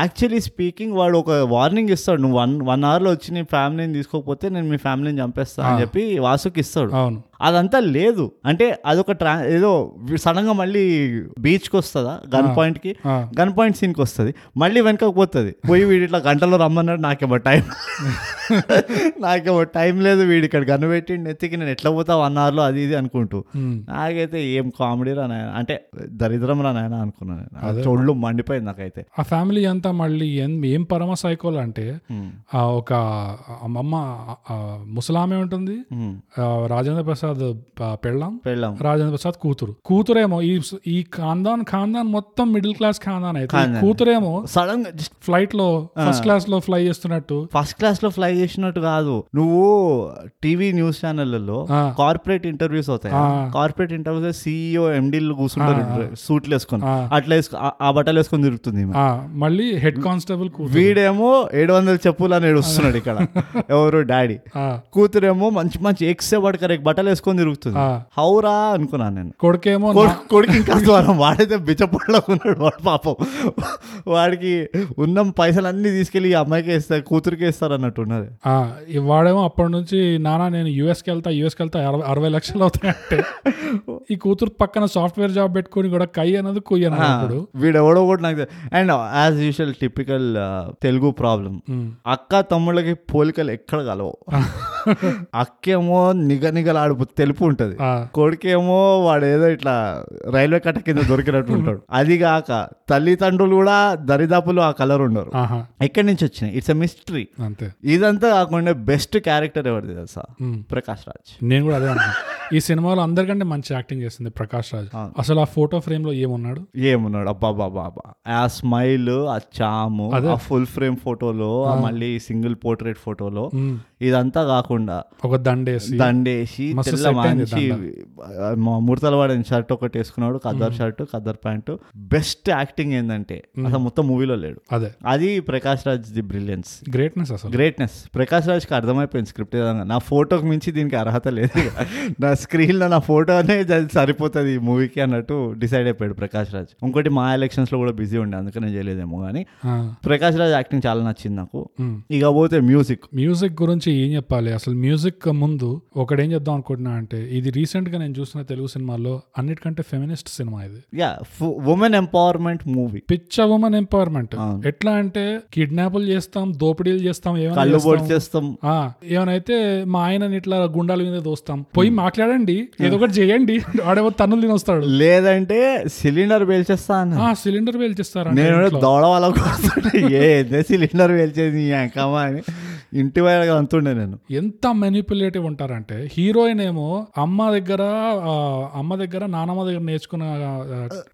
[SPEAKER 1] యాక్చువల్లీ స్పీకింగ్ వాడు ఒక వార్నింగ్ ఇస్తాడు నువ్వు వన్ వన్ లో వచ్చి నీ ఫ్యామిలీని తీసుకోకపోతే నేను మీ ఫ్యామిలీని చంపేస్తా అని చెప్పి వాసుకి ఇస్తాడు
[SPEAKER 2] అవును
[SPEAKER 1] అదంతా లేదు అంటే అదొక ట్రా ఏదో సడన్ గా మళ్ళీ బీచ్కి వస్తుందా గన్ పాయింట్ కి
[SPEAKER 2] ఆ.
[SPEAKER 1] గన్ పాయింట్ సీన్కి వస్తుంది మళ్ళీ వెనకకు పోతుంది పోయి వీడు ఇట్లా గంటలో రమ్మన్నాడు నాకేమో టైం నాకేమో టైం లేదు వీడు ఇక్కడ గన్ పెట్టిండు ఎత్తికి నేను ఎట్లా పోతా వన్ అవర్లో అది ఇది అనుకుంటూ
[SPEAKER 2] ఉమ్.
[SPEAKER 1] నాకైతే ఏం కామెడీ రా నాయన అంటే దరిద్రం రా నాయన అనుకున్నాను నేను. ఆ చోళ్ళు మండిపోయింది నాకైతే
[SPEAKER 2] ఆ ఫ్యామిలీ అంతా మళ్ళీ ఏం ఏం పరమ సైకోల్ అంటే
[SPEAKER 1] ఉమ్.
[SPEAKER 2] ఆ ఒక అమ్మ ముసలామె ఉంటుంది
[SPEAKER 1] ఉమ్.
[SPEAKER 2] ఆ రాజేంద్ర ప్రసాద్ ఆ, పెళ్ళాం
[SPEAKER 1] పెళ్ళాం
[SPEAKER 2] రాజేంద్ర ప్రసాద్ కూతురు కూతురేమో ఈ ఈ ఖాందాన్ ఖాందాన్ మొత్తం మిడిల్ క్లాస్ ఖాందాన్ అయితే ఈ
[SPEAKER 1] ఖాందాన్.
[SPEAKER 2] కూతురేమో
[SPEAKER 1] సడన్ గా జస్ట్
[SPEAKER 2] ఫ్లైట్ లో ఫస్ట్ క్లాస్ లో ఫ్లై చేస్తున్నట్టు
[SPEAKER 1] ఫస్ట్ క్లాస్ లో ఫ్లై చేసినట్టు కాదు నువ్వు టీవీ న్యూస్ ఛానళ్ళలో
[SPEAKER 2] ఆ.
[SPEAKER 1] కార్పొరేట్ ఇంటర్వ్యూస్ అవుతాయి
[SPEAKER 2] ఆ.
[SPEAKER 1] కార్పొరేట్ ఇంటర్వ్యూస్ సీఈఓ ఎండీలు కూర్చుంటారు సూట్లు వేసుకొని
[SPEAKER 2] ఆ.
[SPEAKER 1] అట్లా వేసుకు- ఆ- ఆ బట్టలు వేసుకొని తిరుగుతుంది ఈమె.
[SPEAKER 2] ఆ, మళ్ళీ హెడ్ కానిస్టేబుల్ కూతురు
[SPEAKER 1] వీడేమో ఏడు వందల చెప్పులు అని ఏడుస్తున్నాడు ఇక్కడ ఎవరు డాడీ
[SPEAKER 2] ఆ,
[SPEAKER 1] కూతురేమో మంచి మంచి ఎక్సే పడకరే బట్టలు వేసుకొని తిరుగుతుంది
[SPEAKER 2] ఆ.
[SPEAKER 1] హౌరా అనుకున్నాను నేను
[SPEAKER 2] కొడుకేమో నా-
[SPEAKER 1] కొడుకు కొడుకు ఇంకా ద్వారం వాడైతే బిచ్చపడకున్నాడు వాడు పాపం వాడికి ఉన్న పైసలు అన్ని తీసుకెళ్ళి ఈ అమ్మాయికి వేస్తారు కూతురికి వేస్తారు అన్నట్టు ఉన్నది
[SPEAKER 2] ఆ, ఈ వాడేమో అప్పటి నుంచి నానా నేను US కి వెళ్తా US కి వెళ్తా అరవై అరవై లక్షలు అవుతాయంటే ఈ కూతురు పక్కన సాఫ్ట్వేర్ జాబ్ పెట్టుకొని కూడా కై అన్నది కుయ్యి అన్నది ఇప్పుడు
[SPEAKER 1] వీడెవడో కూడా నాకు and as usual typical Telugu problem అక్క తమ్ముళ్ళకి పోలికలు ఎక్కడ కలవు అక్కేమో నిగ నిగలాడుపు తెలుపు ఉంటుంది
[SPEAKER 2] ఆ,
[SPEAKER 1] కొడుకేమో వాడు ఏదో ఇట్లా రైల్వే కట్ట కింద దొరికినట్టు ఉంటాడు అది కాక తల్లిదండ్రులు కూడా దరిదాపులు ఆ కలర్ ఉండరు
[SPEAKER 2] ఆహా
[SPEAKER 1] ఎక్కడి నుంచి వచ్చినాయి ఇట్స్ అ మిస్టరీ
[SPEAKER 2] అంతే
[SPEAKER 1] ఇదంతా కాకుండా బెస్ట్ క్యారెక్టర్ ఎవరిది తెలుసా
[SPEAKER 2] ఉమ్.
[SPEAKER 1] ప్రకాష్ రాజ్
[SPEAKER 2] నేను కూడా అదే అనుకున్నా ఈ సినిమాలో అందరికంటే మంచి యాక్టింగ్ చేసింది ప్రకాష్ రాజ్ అసలు ఆ ఫోటో ఫ్రేమ్ లో ఏమున్నాడు
[SPEAKER 1] ఏమున్నాడు అబ్బా బాబా బాబా ఆ స్మైల్ ఆ చాము ఆ ఫుల్ ఫ్రేమ్ ఫోటోలో ఆ మళ్ళీ సింగిల్ పోర్ట్రేట్ ఫోటోలో ఇదంతా కాకుండా
[SPEAKER 2] ఒక దండేసి
[SPEAKER 1] దండేసి
[SPEAKER 2] మస్తు
[SPEAKER 1] తెల్ల
[SPEAKER 2] set అయింది
[SPEAKER 1] మంచి ముడతల వాడిన షర్ట్ ఒకటి వేసుకున్నాడు కద్దర్ షర్ట్ కద్దర్ ప్యాంటు బెస్ట్ యాక్టింగ్ ఏంటంటే అసలు మొత్తం మూవీలో లేడు
[SPEAKER 2] అదే
[SPEAKER 1] అది Prakash Raj the brilliance
[SPEAKER 2] greatness అసలు
[SPEAKER 1] గ్రేట్నెస్ ప్రకాష్ రాజ్కి అర్థమైపోయింది స్క్రిప్ట్ ఏదన్నా నా ఫోటోకి మించి దీనికి అర్హత లేదు నా స్క్రీన్లో నా ఫోటోనే జ- సరిపోతుంది ఈ మూవీకి అన్నట్టు డిసైడ్ అయిపోయాడు ప్రకాష్ రాజ్ ఇంకోటి మా ఎలక్షన్స్లో కూడా బిజీ ఉండే అందుకనే చేయలేదేమో కానీ
[SPEAKER 2] ఆ,
[SPEAKER 1] ప్రకాష్ రాజ్ యాక్టింగ్ చాలా నచ్చింది నాకు
[SPEAKER 2] ఉమ్.
[SPEAKER 1] ఇక పోతే మ్యూజిక్
[SPEAKER 2] మ్యూజిక్ గురించి ఏం చెప్పాలి అసలు మ్యూజిక్ ముందు ఒకడేం చెప్దాం అనుకుంటున్నా అంటే ఇది రీసెంట్ గా నేను చూసిన తెలుగు సినిమాల్లో అన్నిటికంటే ఫెమినిస్ట్ సినిమా ఇది
[SPEAKER 1] యా ఉమెన్ ఎంపవర్మెంట్ మూవీ
[SPEAKER 2] పిచ్చ ఉమెన్ ఎంపవర్మెంట్
[SPEAKER 1] అవును.
[SPEAKER 2] ఎట్లా అంటే కిడ్నాపులు చేస్తాం దోపిడీలు చేస్తాం ఏమైనా
[SPEAKER 1] కళ్ళు బోర్డు
[SPEAKER 2] చేస్తాం.
[SPEAKER 1] చేస్తాం
[SPEAKER 2] ఆ, ఏమైనాయితే మా ఆయనని ఇట్లా గుండాల మీద దోస్తాం పోయి మాట్లాడండి ఏదో ఒకటి చేయండి ఆడేవో తన్నులు తినొస్తాడు
[SPEAKER 1] లేదంటే సిలిండర్ వేల్చేస్తా అన్న
[SPEAKER 2] ఆ సిలిండర్ పేల్చిస్తారా
[SPEAKER 1] నేను దౌడ వాళ్ళ కోసం ఏ సిలిండర్ వేల్చేది నీ అంకమా అని ఇంటి వైరగా అంతుండే నేను
[SPEAKER 2] ఎంత మెనిపులేటివ్ ఉంటారంటే హీరోయిన్ ఏమో అమ్మ దగ్గర ఆ, అమ్మ దగ్గర నానమ్మ దగ్గర నేర్చుకున్న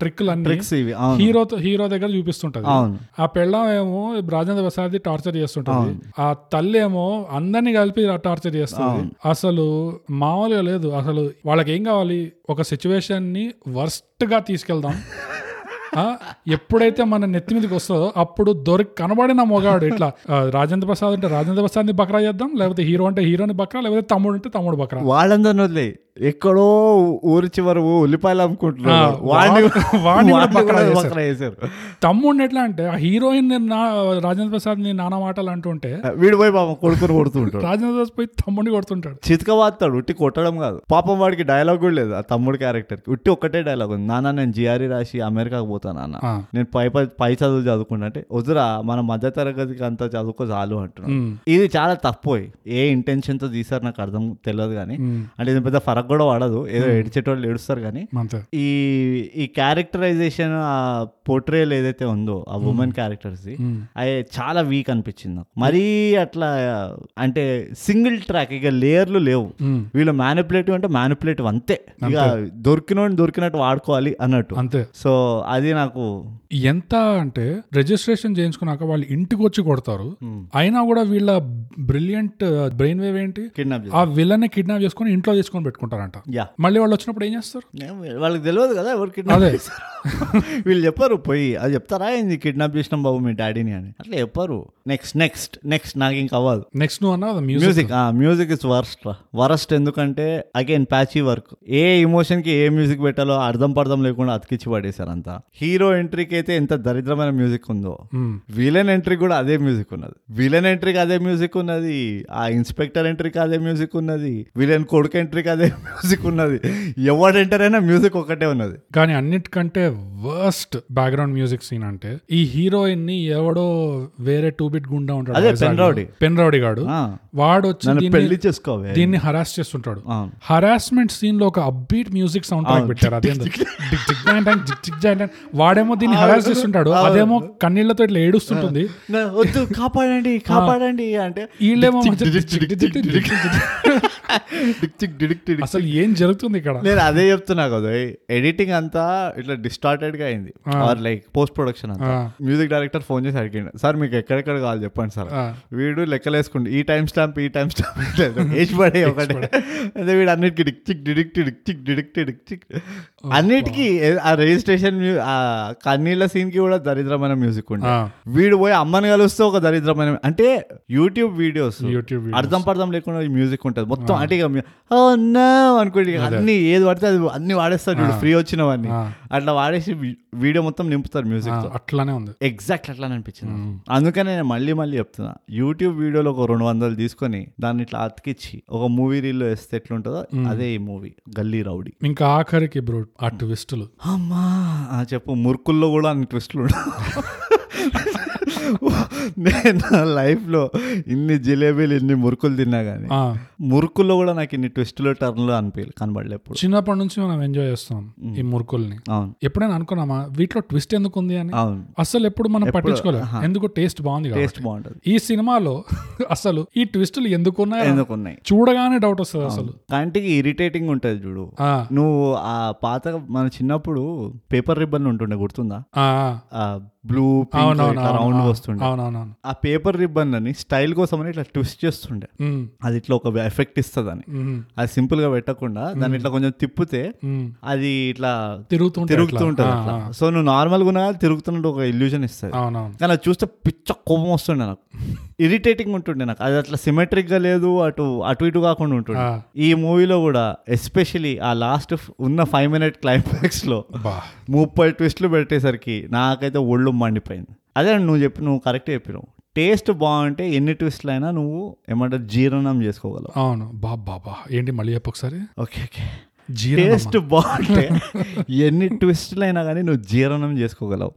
[SPEAKER 2] ట్రిక్లు అన్ని
[SPEAKER 1] ట్రిక్స్ ఇవి అవును
[SPEAKER 2] హీరోతో హీరో దగ్గర చూపిస్తుంటది
[SPEAKER 1] అవును
[SPEAKER 2] ఆ పెళ్ళం ఏమో రాజేంద్ర ప్రసాద్ టార్చర్ చేస్తుంటది ఆ తల్లి ఏమో అందరినీ కలిపి టార్చర్ చేస్తుంది అసలు మామూలుగా లేదు అసలు వాళ్ళకి ఏం కావాలి ఒక సిచ్యువేషన్ ని వర్స్ట్ గా తీసుకెళ్దాం ఆ, ఎప్పుడైతే మన నెత్తి మీదకి వస్తుందో అప్పుడు దొరికి కనబడిన మొగాడు ఇట్లా ఆ, రాజేంద్ర ప్రసాద్ అంటే రాజేంద్ర ప్రసాద్ ని బక్రా చేద్దాం లేకపోతే హీరో అంటే హీరోని బక్రా లేకపోతే తమ్ముడు అంటే తమ్ముడు బక్రా
[SPEAKER 1] వాళ్ళందరిని వదిలే ఎక్కడో ఊరి చివరి ఉల్లిపాయలు అమ్ముకుంటున్నారు
[SPEAKER 2] ఆ,
[SPEAKER 1] వాడిని కూడా-
[SPEAKER 2] వాడిని కూడా
[SPEAKER 1] వాడిని
[SPEAKER 2] పక్కన
[SPEAKER 1] కూడా
[SPEAKER 2] వేశారు.
[SPEAKER 1] పక్కన వేశారు
[SPEAKER 2] తమ్ముడిని ఎట్లా అంటే ఆ హీరోయిన్ నా రాజేంద్ర ప్రసాద్ ని నానా మాటలు అంటుంటే
[SPEAKER 1] వీడి పోయి పాపం కొడుకుని కొడుతుంటాడు
[SPEAKER 2] రాజేంద్ర ప్రసాద్ పోయి తమ్ముడిని కొడుతుంటాడు
[SPEAKER 1] చితకవాడతాడు ఉట్టి కొట్టడం కాదు పాపం వాడికి డైలాగ్ కూడా లేదు ఆ తమ్ముడు క్యారెక్టర్కి ఉట్టి ఒక్కటే డైలాగ్ ఉంది నాన్న నేను జిఆర్ఈ రాసి అమెరికాకు పోతాను నాన్న
[SPEAKER 2] ఆ.
[SPEAKER 1] నేను పై పై పై చదువులు చదువుకున్నా అంటే వద్దురా మన మధ్య తరగతికి అంతా చదువుకో చాలు అంటున్నాను
[SPEAKER 2] ఉమ్.
[SPEAKER 1] ఇది చాలా తక్కువే ఏ ఇంటెన్షన్తో తీసారు నాకు అర్థం తెలియదు కానీ అంటే ఇది పెద్ద ఫరక్ కూడా పడదు ఏదో ఏడ్చేటోళ్ళు ఏడుస్తారు కానీ
[SPEAKER 2] అంతే
[SPEAKER 1] ఈ ఈ క్యారెక్టరైజేషన్ ఆ పోర్ట్రేల్ ఏదైతే ఉందో ఆ ఉమెన్ క్యారెక్టర్స్ది
[SPEAKER 2] మ్మ్.
[SPEAKER 1] అవి చాలా వీక్ అనిపించింది నాకు మరీ అట్లా అంటే సింగిల్ ట్రాక్ ఇక లేయర్లు లేవు
[SPEAKER 2] మ్మ్.
[SPEAKER 1] వీళ్ళు మ్యానిపులేటివ్ అంటే మ్యానిపులేటివ్ అంతే ఇక దొరికినోడిని దొరికినట్టు వాడుకోవాలి అన్నట్టు
[SPEAKER 2] అంతే
[SPEAKER 1] సో అది నాకు
[SPEAKER 2] ఎంత అంటే రిజిస్ట్రేషన్ చేయించుకున్నాక వాళ్ళు ఇంటికి వచ్చి కొడతారు అయినా కూడా వీళ్ళ బ్రిలియంట్ బ్రెయిన్ వేవ్ ఏంటి
[SPEAKER 1] కిడ్నాప్
[SPEAKER 2] ఆ విలన్ని కిడ్నాప్ చేసుకొని ఇంట్లో తీసుకొని పెట్టుకుంటారంట
[SPEAKER 1] యా
[SPEAKER 2] మళ్ళీ వాళ్ళు వచ్చినప్పుడు ఏం చేస్తారు
[SPEAKER 1] వాళ్ళకి తెలియదు కదా ఎవరు కిడ్నాప్
[SPEAKER 2] అదే.
[SPEAKER 1] చేశారు వీళ్ళు చెప్పారు పోయి అది చెప్తారా ఏంది కిడ్నాప్ చేసినాం బాబు మీ డాడీని అని అట్లా చెప్పారు నెక్స్ట్ నెక్స్ట్ నెక్స్ట్ నాకు ఇంకా అవ్వదు
[SPEAKER 2] నెక్స్ట్ నువ్వు అన్నావు కదా music
[SPEAKER 1] music music is worst worst ఎందుకంటే అగైన్ ప్యాచీ వర్క్ ఏ ఇమోషన్ కి ఏ మ్యూజిక్ పెట్టాలో అర్థం పర్థం లేకుండా అతికిచ్చి పడేశారు అంతా హీరో ఎంట్రీకి అయితే ఎంత దరిద్రమైన మ్యూజిక్ ఉందో
[SPEAKER 2] మ్మ్.
[SPEAKER 1] విలన్ ఎంట్రీ కూడా అదే మ్యూజిక్ ఉన్నది విలన్ ఎంట్రీకి అదే మ్యూజిక్ ఉన్నది ఆ ఇన్స్పెక్టర్ ఎంట్రీకి అదే మ్యూజిక్ ఉన్నది విలన్ కొడుకు ఎంట్రీకి అదే మ్యూజిక్ ఉన్నది ఎవడు ఎంటర్ అయినా మ్యూజిక్ ఒకటే ఉన్నది
[SPEAKER 2] కానీ అన్నిటికంటే వర్స్ట్ బ్యాక్గ్రౌండ్ మ్యూజిక్ సీన్ అంటే ఈ హీరోయిన్ ని ఎవడో వేరే టూ బిట్ గుండా
[SPEAKER 1] అదే,
[SPEAKER 2] ఉంటాడు
[SPEAKER 1] పెన్రౌడీ.
[SPEAKER 2] పెన్ రౌడీ గాడు
[SPEAKER 1] ఆ,
[SPEAKER 2] వాడు వచ్చి
[SPEAKER 1] నన్ను
[SPEAKER 2] దీన్ని-
[SPEAKER 1] పెళ్లి చేసుకోవే
[SPEAKER 2] దీన్ని హరాస్ చేస్తుంటాడు
[SPEAKER 1] అవును.
[SPEAKER 2] హరాస్మెంట్ సీన్ లో ఒక అబ్బీట్ మ్యూజిక్ సౌండ్ ట్రాక్ పెట్టారు అదేందో డిక్ డిక్ డాన్ డాన్ డిక్ డిక్ డాన్ డాన్. వాడేమో దీన్ని హరాస్ చేస్తుంటాడు అదేమో కన్నీళ్లతో ఇట్లా ఏడుస్తుంటుంది
[SPEAKER 1] నా వద్దు కాపాడండి కాపాడండి అంటే
[SPEAKER 2] వీళ్ళేమో
[SPEAKER 1] డిక్
[SPEAKER 2] మధ్య
[SPEAKER 1] డిక్ డిక్ డిక్ డిక్ డిక్ డిక్ డిక్ డిక్ డిక్
[SPEAKER 2] అసలు ఏం జరుగుతుంది ఇక్కడ
[SPEAKER 1] నేను అదే చెప్తున్నా కదా ఎడిటింగ్ అంతా ఇట్లా డిస్టార్టెడ్ గా అయింది ఆర్ లైక్ పోస్ట్ ప్రొడక్షన్ అంతా
[SPEAKER 2] ఆ.
[SPEAKER 1] మ్యూజిక్ డైరెక్టర్ ఫోన్ చేసి అడిగిండు సార్ మీకు ఎక్కడెక్కడ కావాలి చెప్పండి సార్
[SPEAKER 2] ఆ.
[SPEAKER 1] వీడు లెక్కలేసుకుండు ఈ టైం స్టాంప్ ఈ టైం స్టాంప్ ఏజ్ పడే ఒకటే అదే వీడు అన్నిటికీ డిక్ చిక్ డిడిక్ టిక్ చిక్ డిడిక్ టిక్ చిక్ అన్నిటికీ ఏ- ఆ రిజిస్ట్రేషన్ ఆ కన్నీళ్ళ సీన్ కి కూడా దరిద్రమైన మ్యూజిక్ ఉండే
[SPEAKER 2] ఆ,
[SPEAKER 1] వీడు పోయి అమ్మని కలిస్తే ఒక దరిద్రమైన అంటే యూట్యూబ్ వీడియోస్
[SPEAKER 2] యూట్యూబ్
[SPEAKER 1] అర్థం పర్థం లేకుండా ఈ మ్యూజిక్ ఉంటుంది మొత్తం అంటే ఇక మ్యూ- "Oh, no" అనుకోండి ఇక అన్ని ఏది పడితే అది అన్ని వాడేస్తారు వీడు ఫ్రీ వచ్చినవన్నీ
[SPEAKER 2] ఆ.
[SPEAKER 1] అట్లా వాడేసి వీ- వీడియో మొత్తం నింపుతారు మ్యూజిక్
[SPEAKER 2] ఆ, అట్లానే ఉంది
[SPEAKER 1] ఎగ్జాక్ట్ అట్లా అనిపించింది అందుకనే నేను మళ్ళీ మళ్ళీ చెప్తున్నా యూట్యూబ్ వీడియోలో ఒక రెండు వందలు తీసుకొని దాన్ని ఇట్లా అతికిచ్చి ఒక మూవీ రీల్లో వేస్తే ఎట్లుంటుందో అదే ఈ మూవీ గల్లీ రౌడీ
[SPEAKER 2] ఇంకా ఆఖరికి బ్రో ఆ ట్విస్టులు
[SPEAKER 1] అమ్మా ఆ చెప్పు మురుకుల్లో కూడా అన్ని ట్విస్టులు ఉండవు. నేను నా లైఫ్లో ఇన్ని జిలేబీలు ఇన్ని మురుకులు తిన్నా కానీ
[SPEAKER 2] ఆ,
[SPEAKER 1] మురుకుల్లో కూడా నాకు ఇన్ని ట్విస్టులు టర్న్లు అనిపించలేదు కనబడలే ఎప్పుడు
[SPEAKER 2] చిన్నప్పటి నుంచి మనం ఎంజాయ్ చేస్తాం ఈ మురుకుల్ని
[SPEAKER 1] అవును
[SPEAKER 2] ఎప్పుడైనా అనుకున్నామా వీటిలో ట్విస్ట్ ఎందుకు ఉంది అని
[SPEAKER 1] అవును
[SPEAKER 2] అసలు ఎప్పుడు మనం పట్టించుకోలేదు ఎందుకు టేస్ట్ బాగుంది కాబట్టి.
[SPEAKER 1] టేస్ట్ బాగుంటుంది
[SPEAKER 2] ఈ సినిమాలో అసలు ఈ ట్విస్టులు ఎందుకున్నాయి
[SPEAKER 1] ఎందుకు ఉన్నాయి
[SPEAKER 2] చూడగానే డౌట్ వస్తుంది అసలు
[SPEAKER 1] కంటికి ఇరిటేటింగ్ ఉంటుంది చూడు
[SPEAKER 2] ఆ,
[SPEAKER 1] నువ్వు ఆ పాత మన చిన్నప్పుడు పేపర్ రిబ్బన్ ఉంటుండే గుర్తుందా
[SPEAKER 2] ఆ, ఆ.
[SPEAKER 1] ఆ బ్లూ
[SPEAKER 2] అవునవును,
[SPEAKER 1] రౌండ్
[SPEAKER 2] అవును,
[SPEAKER 1] వస్తుండే
[SPEAKER 2] అవునవునవును
[SPEAKER 1] ఆ పేపర్ రిబ్బన్ అని స్టైల్ కోసం అని ఇట్లా ట్విస్ట్ చేస్తుండే
[SPEAKER 2] ఉమ్,
[SPEAKER 1] అది ఇట్లా ఒక ఎఫెక్ట్ ఇస్తుందని
[SPEAKER 2] ఉమ్,
[SPEAKER 1] అది సింపుల్ గా పెట్టకుండా దాన్ని ఇట్లా కొంచెం తిప్పితే
[SPEAKER 2] ఉమ్.
[SPEAKER 1] అది ఇట్లా
[SPEAKER 2] తిరుగుతుంటే
[SPEAKER 1] తిరుగుతూ
[SPEAKER 2] అట్లా.
[SPEAKER 1] ఉంటుంది
[SPEAKER 2] ఆ,
[SPEAKER 1] అట్లా
[SPEAKER 2] ఆ.
[SPEAKER 1] సో నువ్వు నార్మల్ గా ఉన్నా కానీ తిరుగుతున్నట్టు ఒక ఇల్యూజన్ ఇస్తుంది
[SPEAKER 2] అవునవును
[SPEAKER 1] కానీ అది చూస్తే పిచ్చ కోపం వస్తుండే నాకు ఇరిటేటింగ్ ఉంటుండే నాకు అది అట్లా సిమెట్రిక్ గా లేదు అటు అటు ఇటు కాకుండా ఉంటుండే
[SPEAKER 2] ఆ.
[SPEAKER 1] ఈ మూవీలో కూడా ఎస్పెషలీ ఆ లాస్ట్ ఉన్న ఫైవ్ మినిట్ క్లైమాక్స్ లో
[SPEAKER 2] బా
[SPEAKER 1] ముప్పై ట్విస్ట్లు పెట్టేసరికి నాకైతే ఒళ్ళు మండిపోయింది అదే నువ్వు చెప్పి నువ్వు కరెక్ట్ చెప్పినావు టేస్ట్ బాగుంటే ఎన్ని ట్విస్ట్లు అయినా నువ్వు ఏమంటారు జీర్ణం చేసుకోగలవు
[SPEAKER 2] అవును బా బా బా ఏంటి మళ్ళీ చెప్పు ఒకసారి
[SPEAKER 1] ఓకే ఓకే టేస్ట్ బాగుంటే ఎన్ని ట్విస్టులు అయినా కానీ నువ్వు జీర్ణం చేసుకోగలవు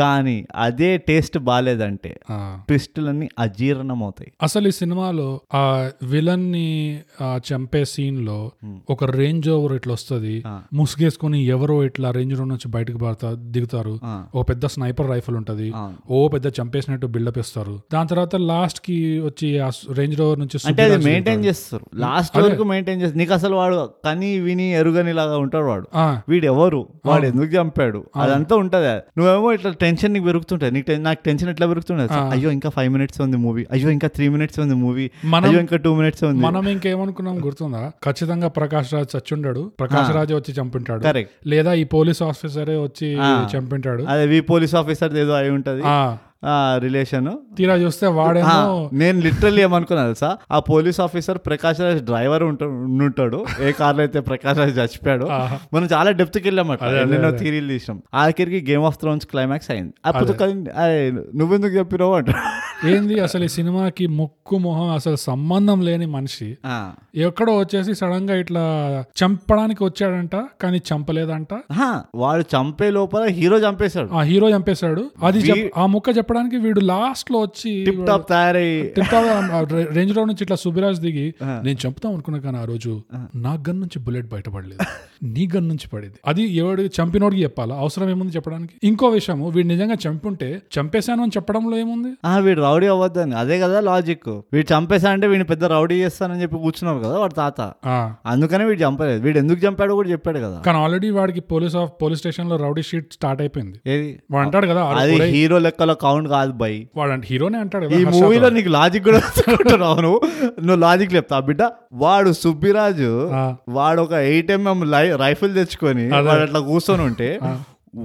[SPEAKER 1] కానీ అదే టేస్ట్ బాగాలేదంటే ట్విస్టులన్నీ అజీర్ణం అవుతాయి
[SPEAKER 2] అసలు ఈ సినిమాలో ఆ విలన్ ని ఆ, చంపే సీన్ లో ఒక రేంజ్ ఓవర్ ఇట్లా వస్తుంది ముసుగేసుకొని ఎవరో ఇట్లా రేంజ్ రోవర్ నుంచి బయటకు పడతా దిగుతారు
[SPEAKER 1] ఆ.
[SPEAKER 2] ఒక పెద్ద స్నైపర్ రైఫిల్ ఉంటది
[SPEAKER 1] అవును.
[SPEAKER 2] ఓ పెద్ద చంపేసినట్టు బిల్డప్ ఇస్తారు దాని తర్వాత లాస్ట్ కి వచ్చి ఆ రేంజ్ రోవర్ నుంచి
[SPEAKER 1] అంటే అది
[SPEAKER 2] సుబ్బిరాజ్
[SPEAKER 1] మెయింటైన్
[SPEAKER 2] దిగుతాడు.
[SPEAKER 1] చేస్తారు లాస్ట్ వరకు మెయింటైన్ చేస్తారు నీకు అసలు వాడు కని విని ఎరుగని లాగా ఉంటాడు వాడు
[SPEAKER 2] ఆ,
[SPEAKER 1] వీడు ఎవరు వాడు ఎందుకు చంపాడు అదంతా ఉంటది నువ్వేమో ఇట్లా టెన్షన్ నీకు పెరుగుతుంటది నీకు టెన్- నాకు టెన్షన్ ఎట్లా పెరుగుతుంటది అయ్యో ఇంకా ఫైవ్ మినిట్స్ ఉంది మూవీ అయ్యో ఇంకా త్రీ మినిట్స్ ఉంది మూవీ
[SPEAKER 2] మనం-
[SPEAKER 1] అయ్యో ఇంకా టూ మినిట్స్ ఉంది
[SPEAKER 2] మనం ఇంకేమనుకున్నాం గుర్తుందా ఖచ్చితంగా ప్రకాష్ రాజ్ చచ్చుండాడు ప్రకాష్ రాజే వచ్చి చంపింటాడు
[SPEAKER 1] కరెక్ట్
[SPEAKER 2] లేదా ఈ పోలీస్ ఆఫీసరే వచ్చి చంపింటాడు
[SPEAKER 1] అదే వి పోలీస్ ఆఫీసర్ ఏదో అయి ఉంటది
[SPEAKER 2] ఆ
[SPEAKER 1] ఆ రిలేషన్
[SPEAKER 2] తీరా చూస్తే వాడేమో
[SPEAKER 1] నేను లిటరల్లీ ఏమనుకున్నా తెలుసా ఆ police officer Prakash Raj driver ఉంటాడు ఉండుంటాడు ఏ కార్లో అయితే ప్రకాష్ రాజ్ చచ్చిపోయాడు మనం చాలా డెప్త్కి వెళ్ళామట ఎన్నెన్నో థీరీలు తీసినాం ఆఖరికి గేమ్ ఆఫ్ థ్రోన్స్ క్లైమాక్స్ అయింది అప్పుడు కది- అరే, నువ్వెందుకు చెప్పినావు అంట
[SPEAKER 2] ఏంది అసలు ఈ సినిమాకి ముక్కు మొహం అసలు సంబంధం లేని మనిషి
[SPEAKER 1] ఆ.
[SPEAKER 2] ఎక్కడో వచ్చేసి సడన్ గా ఇట్లా చంపడానికి వచ్చాడంట కానీ చంపలేదంట
[SPEAKER 1] ఆహా, వాడు చంపే లోపల హీరో చంపేశాడు
[SPEAKER 2] ఆ హీరో చంపేశాడు అది చెప్- ఆ ముక్క చెప్పడానికి వీడు లాస్ట్ లో వచ్చి
[SPEAKER 1] టిప్ టాప్ తయారయ్యి
[SPEAKER 2] రేంజ్ రోడ్ నుంచి ఇట్లా సుబిరాజ్ దిగి నేను చంపుతాం అనుకున్నా కానీ ఆ రోజు నా గన్ నుంచి బుల్లెట్ బయటపడలేదు నీ గన్ నుంచి పడేది అది ఎవడు చంపినోడికి చెప్పాలా అవసరం ఏముంది చెప్పడానికి ఇంకో విషయము వీడు నిజంగా చంపుంటే చంపేశాను అని చెప్పడంలో ఏముంది
[SPEAKER 1] ఆ, వీడు రౌడీ అవ్వద్దని అదే కదా లాజిక్ వీడు చంపేశా అంటే వీడిని పెద్ద రౌడీ చేస్తానని చెప్పి కూర్చున్నారు కదా వాడు తాత
[SPEAKER 2] ఆ
[SPEAKER 1] అందుకనే వీడు చంపలేదు వీడు ఎందుకు చంపాడో కూడా చెప్పాడు కదా
[SPEAKER 2] కానీ ఆల్రెడీ వాడికి పోలీస్ ఆఫ్ పోలీస్ స్టేషన్ లో రౌడీ షీట్ స్టార్ట్ అయిపోయింది
[SPEAKER 1] ఏది
[SPEAKER 2] వాడు అంటాడు కదా "అరే,
[SPEAKER 1] అది
[SPEAKER 2] ఒరేయ్,"
[SPEAKER 1] హీరో లెక్కలో కౌంట్ కాదు బై
[SPEAKER 2] వాడు అంటే హీరోనే అంటాడు
[SPEAKER 1] ఈ
[SPEAKER 2] కదా హర్ష
[SPEAKER 1] మూవీలో
[SPEAKER 2] రావు.
[SPEAKER 1] నీకు లాజిక్ కూడా రావు నువ్వు నువ్వు లాజిక్ చెప్తా బిడ్డ వాడు సుబ్బిరాజు
[SPEAKER 2] ఆ.
[SPEAKER 1] వాడు ఒక ఎయిట్ ఎంఎం రైఫిల్ తెచ్చుకొని వాడు అట్లా కూర్చొని ఉంటే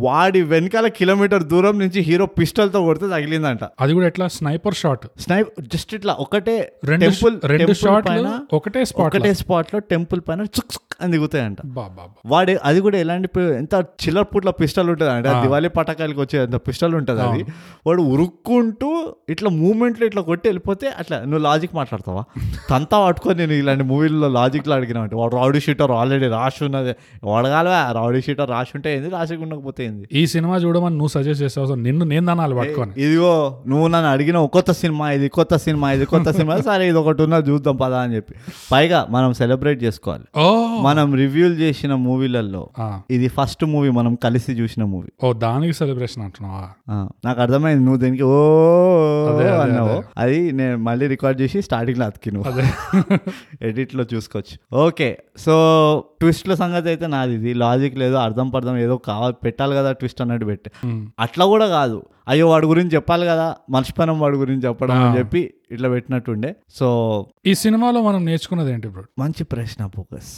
[SPEAKER 1] వాడి వెనకాల కిలోమీటర్ దూరం నుంచి హీరో పిస్టల్ తో కొడితే తగిలిందంట
[SPEAKER 2] అది కూడా ఎట్లా స్నైపర్ షాట్
[SPEAKER 1] స్నైప్ జస్ట్ ఇట్లా ఒకటే
[SPEAKER 2] రెండు
[SPEAKER 1] టెంపుల్
[SPEAKER 2] రెండు
[SPEAKER 1] టెంపుల్
[SPEAKER 2] షాట్లు
[SPEAKER 1] పైన
[SPEAKER 2] ఒకటే స్పాట్
[SPEAKER 1] ఒకటే స్పాట్ లో టెంపుల్ పైన చుక్ చుక్ అని దిగుతాయంట
[SPEAKER 2] బాబా
[SPEAKER 1] వాడి అది కూడా ఎలాంటి పి- ఎంత చిల్లర పుట్ల పిస్టల్ ఉంటుంది అంటే దివాళీ పటాకాయలకు వచ్చే అంత పిస్టల్ ఉంటుంది అది వాడు ఉరుక్కుంటూ ఇట్లా మూమెంట్లో ఇట్లా కొట్టి వెళ్ళిపోతే అట్లా నువ్వు లాజిక్ మాట్లాడతావా తంతా పట్టుకొని నేను ఇలాంటి మూవీల్లో లాజిక్లో అడిగినా అంటే వాడు రౌడీ షీటర్ ఆల్రెడీ రాసి ఉన్నది వడగాలవా రౌడీ షీటర్ రాసి ఉంటే ఏంది రాసి ఉండకపోతే ఏంది
[SPEAKER 2] ఈ సినిమా చూడమని నువ్వు సజెస్ట్ చేస్తావు అసలు నిన్ను నేను దానాలు పట్టుకొని
[SPEAKER 1] ఇదిగో నువ్వు నన్ను అడిగిన కొత్త సినిమా ఇది కొత్త సినిమా ఇది కొత్త సినిమా సరే ఇది ఒకటి ఉన్నా చూద్దాం పదా అని చెప్పి పైగా మనం సెలబ్రేట్ చేసుకోవాలి
[SPEAKER 2] ఓ
[SPEAKER 1] మనం రివ్యూలు చేసిన మూవీలలో
[SPEAKER 2] ఆ.
[SPEAKER 1] ఇది ఫస్ట్ మూవీ మనం కలిసి చూసిన మూవీ
[SPEAKER 2] ఓ దానికి సెలబ్రేషన్ అంటున్నావా
[SPEAKER 1] ఆ, నాకు అర్థమైంది నువ్వు దీనికి ఓ
[SPEAKER 2] అదే, అదే,
[SPEAKER 1] అన్నావు అది నేను మళ్ళీ రికార్డ్ చేసి స్టార్టింగ్ లో అతికి నువ్వు ఎడిట్ లో చూసుకోవచ్చు ఓకే సో ట్విస్ట్ల సంగతి అయితే నాది ఇది లాజిక్ లేదు అర్థం పర్థం ఏదో కావాలి పెట్టాలి కదా ట్విస్ట్ అన్నట్టు పెట్టి అట్లా కూడా కాదు అయ్యో వాడి గురించి చెప్పాలి కదా మర్చిపోయినాం వాడి గురించి చెప్పడం అని చెప్పి ఇట్లా పెట్టినట్టుండే సో
[SPEAKER 2] ఈ సినిమాలో మనం నేర్చుకున్నది ఏంటి బ్రో
[SPEAKER 1] మంచి ప్రశ్న ఫోకస్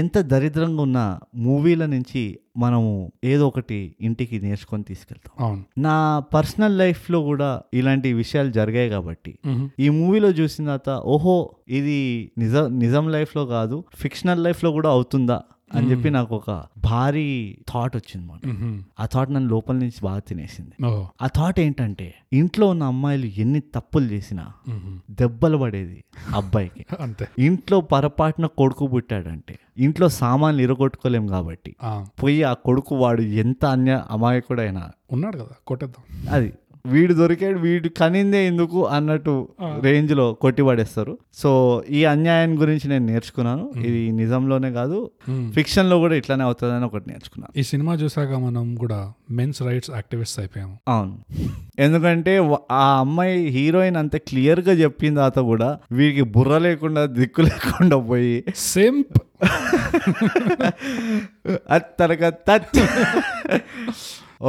[SPEAKER 1] ఎంత దరిద్రంగా ఉన్న మూవీల నుంచి మనము ఏదో ఒకటి ఇంటికి నేర్చుకొని తీసుకెళ్తాం
[SPEAKER 2] అవును
[SPEAKER 1] నా పర్సనల్ లైఫ్లో కూడా ఇలాంటి విషయాలు జరిగాయి కాబట్టి
[SPEAKER 2] మ్మ్.
[SPEAKER 1] ఈ మూవీలో చూసిన తర్వాత ఓహో ఇది నిజ నిజం లైఫ్లో కాదు ఫిక్షనల్ లైఫ్లో కూడా అవుతుందా అని చెప్పి నాకు ఒక భారీ థాట్ వచ్చింది మాట
[SPEAKER 2] మ్మ్.
[SPEAKER 1] ఆ థాట్ నన్ను లోపల నుంచి బాగా తినేసింది
[SPEAKER 2] ఓ
[SPEAKER 1] ఆ థాట్ ఏంటంటే ఇంట్లో ఉన్న అమ్మాయిలు ఎన్ని తప్పులు చేసినా
[SPEAKER 2] మ్మ్.
[SPEAKER 1] దెబ్బలు పడేది అబ్బాయికి
[SPEAKER 2] అంతే
[SPEAKER 1] ఇంట్లో పొరపాటున కొడుకు పుట్టాడంటే ఇంట్లో సామాన్లు ఇరగొట్టుకోలేం కాబట్టి
[SPEAKER 2] ఆ,
[SPEAKER 1] పోయి ఆ కొడుకు వాడు ఎంత అన్య అమాయకుడైనా
[SPEAKER 2] ఉన్నాడు కదా కొట్టేద్దాం
[SPEAKER 1] అది వీడు దొరికాడు వీడు కనిందే ఎందుకు అన్నట్టు రేంజ్ లో కొట్టి పడేస్తారు సో ఈ అన్యాయం గురించి నేను నేర్చుకున్నాను ఇది నిజంలోనే కాదు
[SPEAKER 2] మ్మ్.
[SPEAKER 1] ఫిక్షన్ లో కూడా ఇట్లానే అవుతుందని ఒకటి నేర్చుకున్నాను
[SPEAKER 2] ఈ సినిమా చూసాక మనం కూడా మెన్స్ రైట్స్ యాక్టివిస్ట్ అయిపోయాము
[SPEAKER 1] అవును ఎందుకంటే వ- ఆ అమ్మాయి హీరోయిన్ అంత క్లియర్ గా చెప్పిన తర్వాత కూడా వీడికి బుర్ర లేకుండా దిక్కు లేకుండా పోయి
[SPEAKER 2] సేమ్
[SPEAKER 1] అత్తరగా తత్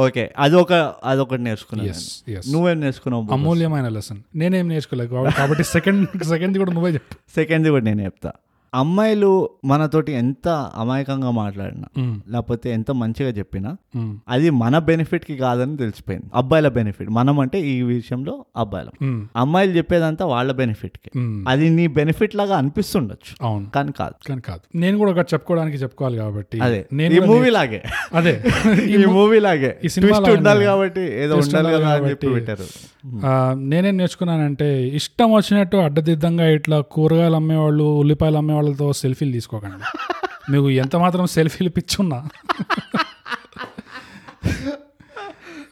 [SPEAKER 1] ఓకే అదొక అదొకటి నేర్చుకున్నాను
[SPEAKER 2] ఎస్
[SPEAKER 1] నేను.
[SPEAKER 2] ఎస్
[SPEAKER 1] నువ్వేం నేర్చుకున్నావు
[SPEAKER 2] అమూల్యమైన లెసన్ నేనేం నేర్చుకోలేదు కాబట్టి- కాబట్టి సెకండ్ సెకండ్ కూడా నువ్వే చెప్పు
[SPEAKER 1] సెకండ్ది కూడా నేను చెప్తా అమ్మాయిలు మనతోటి ఎంత అమాయకంగా మాట్లాడినా
[SPEAKER 2] మ్మ్.
[SPEAKER 1] లేకపోతే ఎంత మంచిగా చెప్పినా
[SPEAKER 2] మ్మ్.
[SPEAKER 1] అది మన బెనిఫిట్కి కాదని తెలిసిపోయింది అబ్బాయిల బెనిఫిట్ మనం అంటే ఈ విషయంలో అబ్బాయిలం
[SPEAKER 2] మ్మ్.
[SPEAKER 1] అమ్మాయిలు చెప్పేదంతా వాళ్ళ బెనిఫిట్కి
[SPEAKER 2] మ్మ్.
[SPEAKER 1] అది నీ బెనిఫిట్ లాగా అనిపిస్తుండొచ్చు
[SPEAKER 2] అవును
[SPEAKER 1] కానీ కాదు
[SPEAKER 2] కానీ కాదు నేను కూడా ఒకటి చెప్పుకోవడానికి చెప్పుకోవాలి కాబట్టి
[SPEAKER 1] అదే
[SPEAKER 2] నేను
[SPEAKER 1] ఈ
[SPEAKER 2] కూడా
[SPEAKER 1] మూవీ లాగే
[SPEAKER 2] నే- అదే
[SPEAKER 1] ఈ మూవీ లాగే
[SPEAKER 2] ఈ సినిమా
[SPEAKER 1] Twist
[SPEAKER 2] లాగానే.
[SPEAKER 1] ఉండాలి కాబట్టి ఏదో
[SPEAKER 2] Twist
[SPEAKER 1] ఉండాలి
[SPEAKER 2] ఉండాలి
[SPEAKER 1] కదా అని చెప్పి
[SPEAKER 2] కాబట్టి.
[SPEAKER 1] పెట్టారు
[SPEAKER 2] ఆ, నేనేం నేర్చుకున్నానంటే ఇష్టం వచ్చినట్టు అడ్డదిద్దంగా ఇట్లా కూరగాయలు అమ్మేవాళ్ళు ఉల్లిపాయలు అమ్మేవాళ్ళతో సెల్ఫీలు తీసుకోకండి మీకు ఎంత మాత్రం సెల్ఫీలు పిచ్చున్నా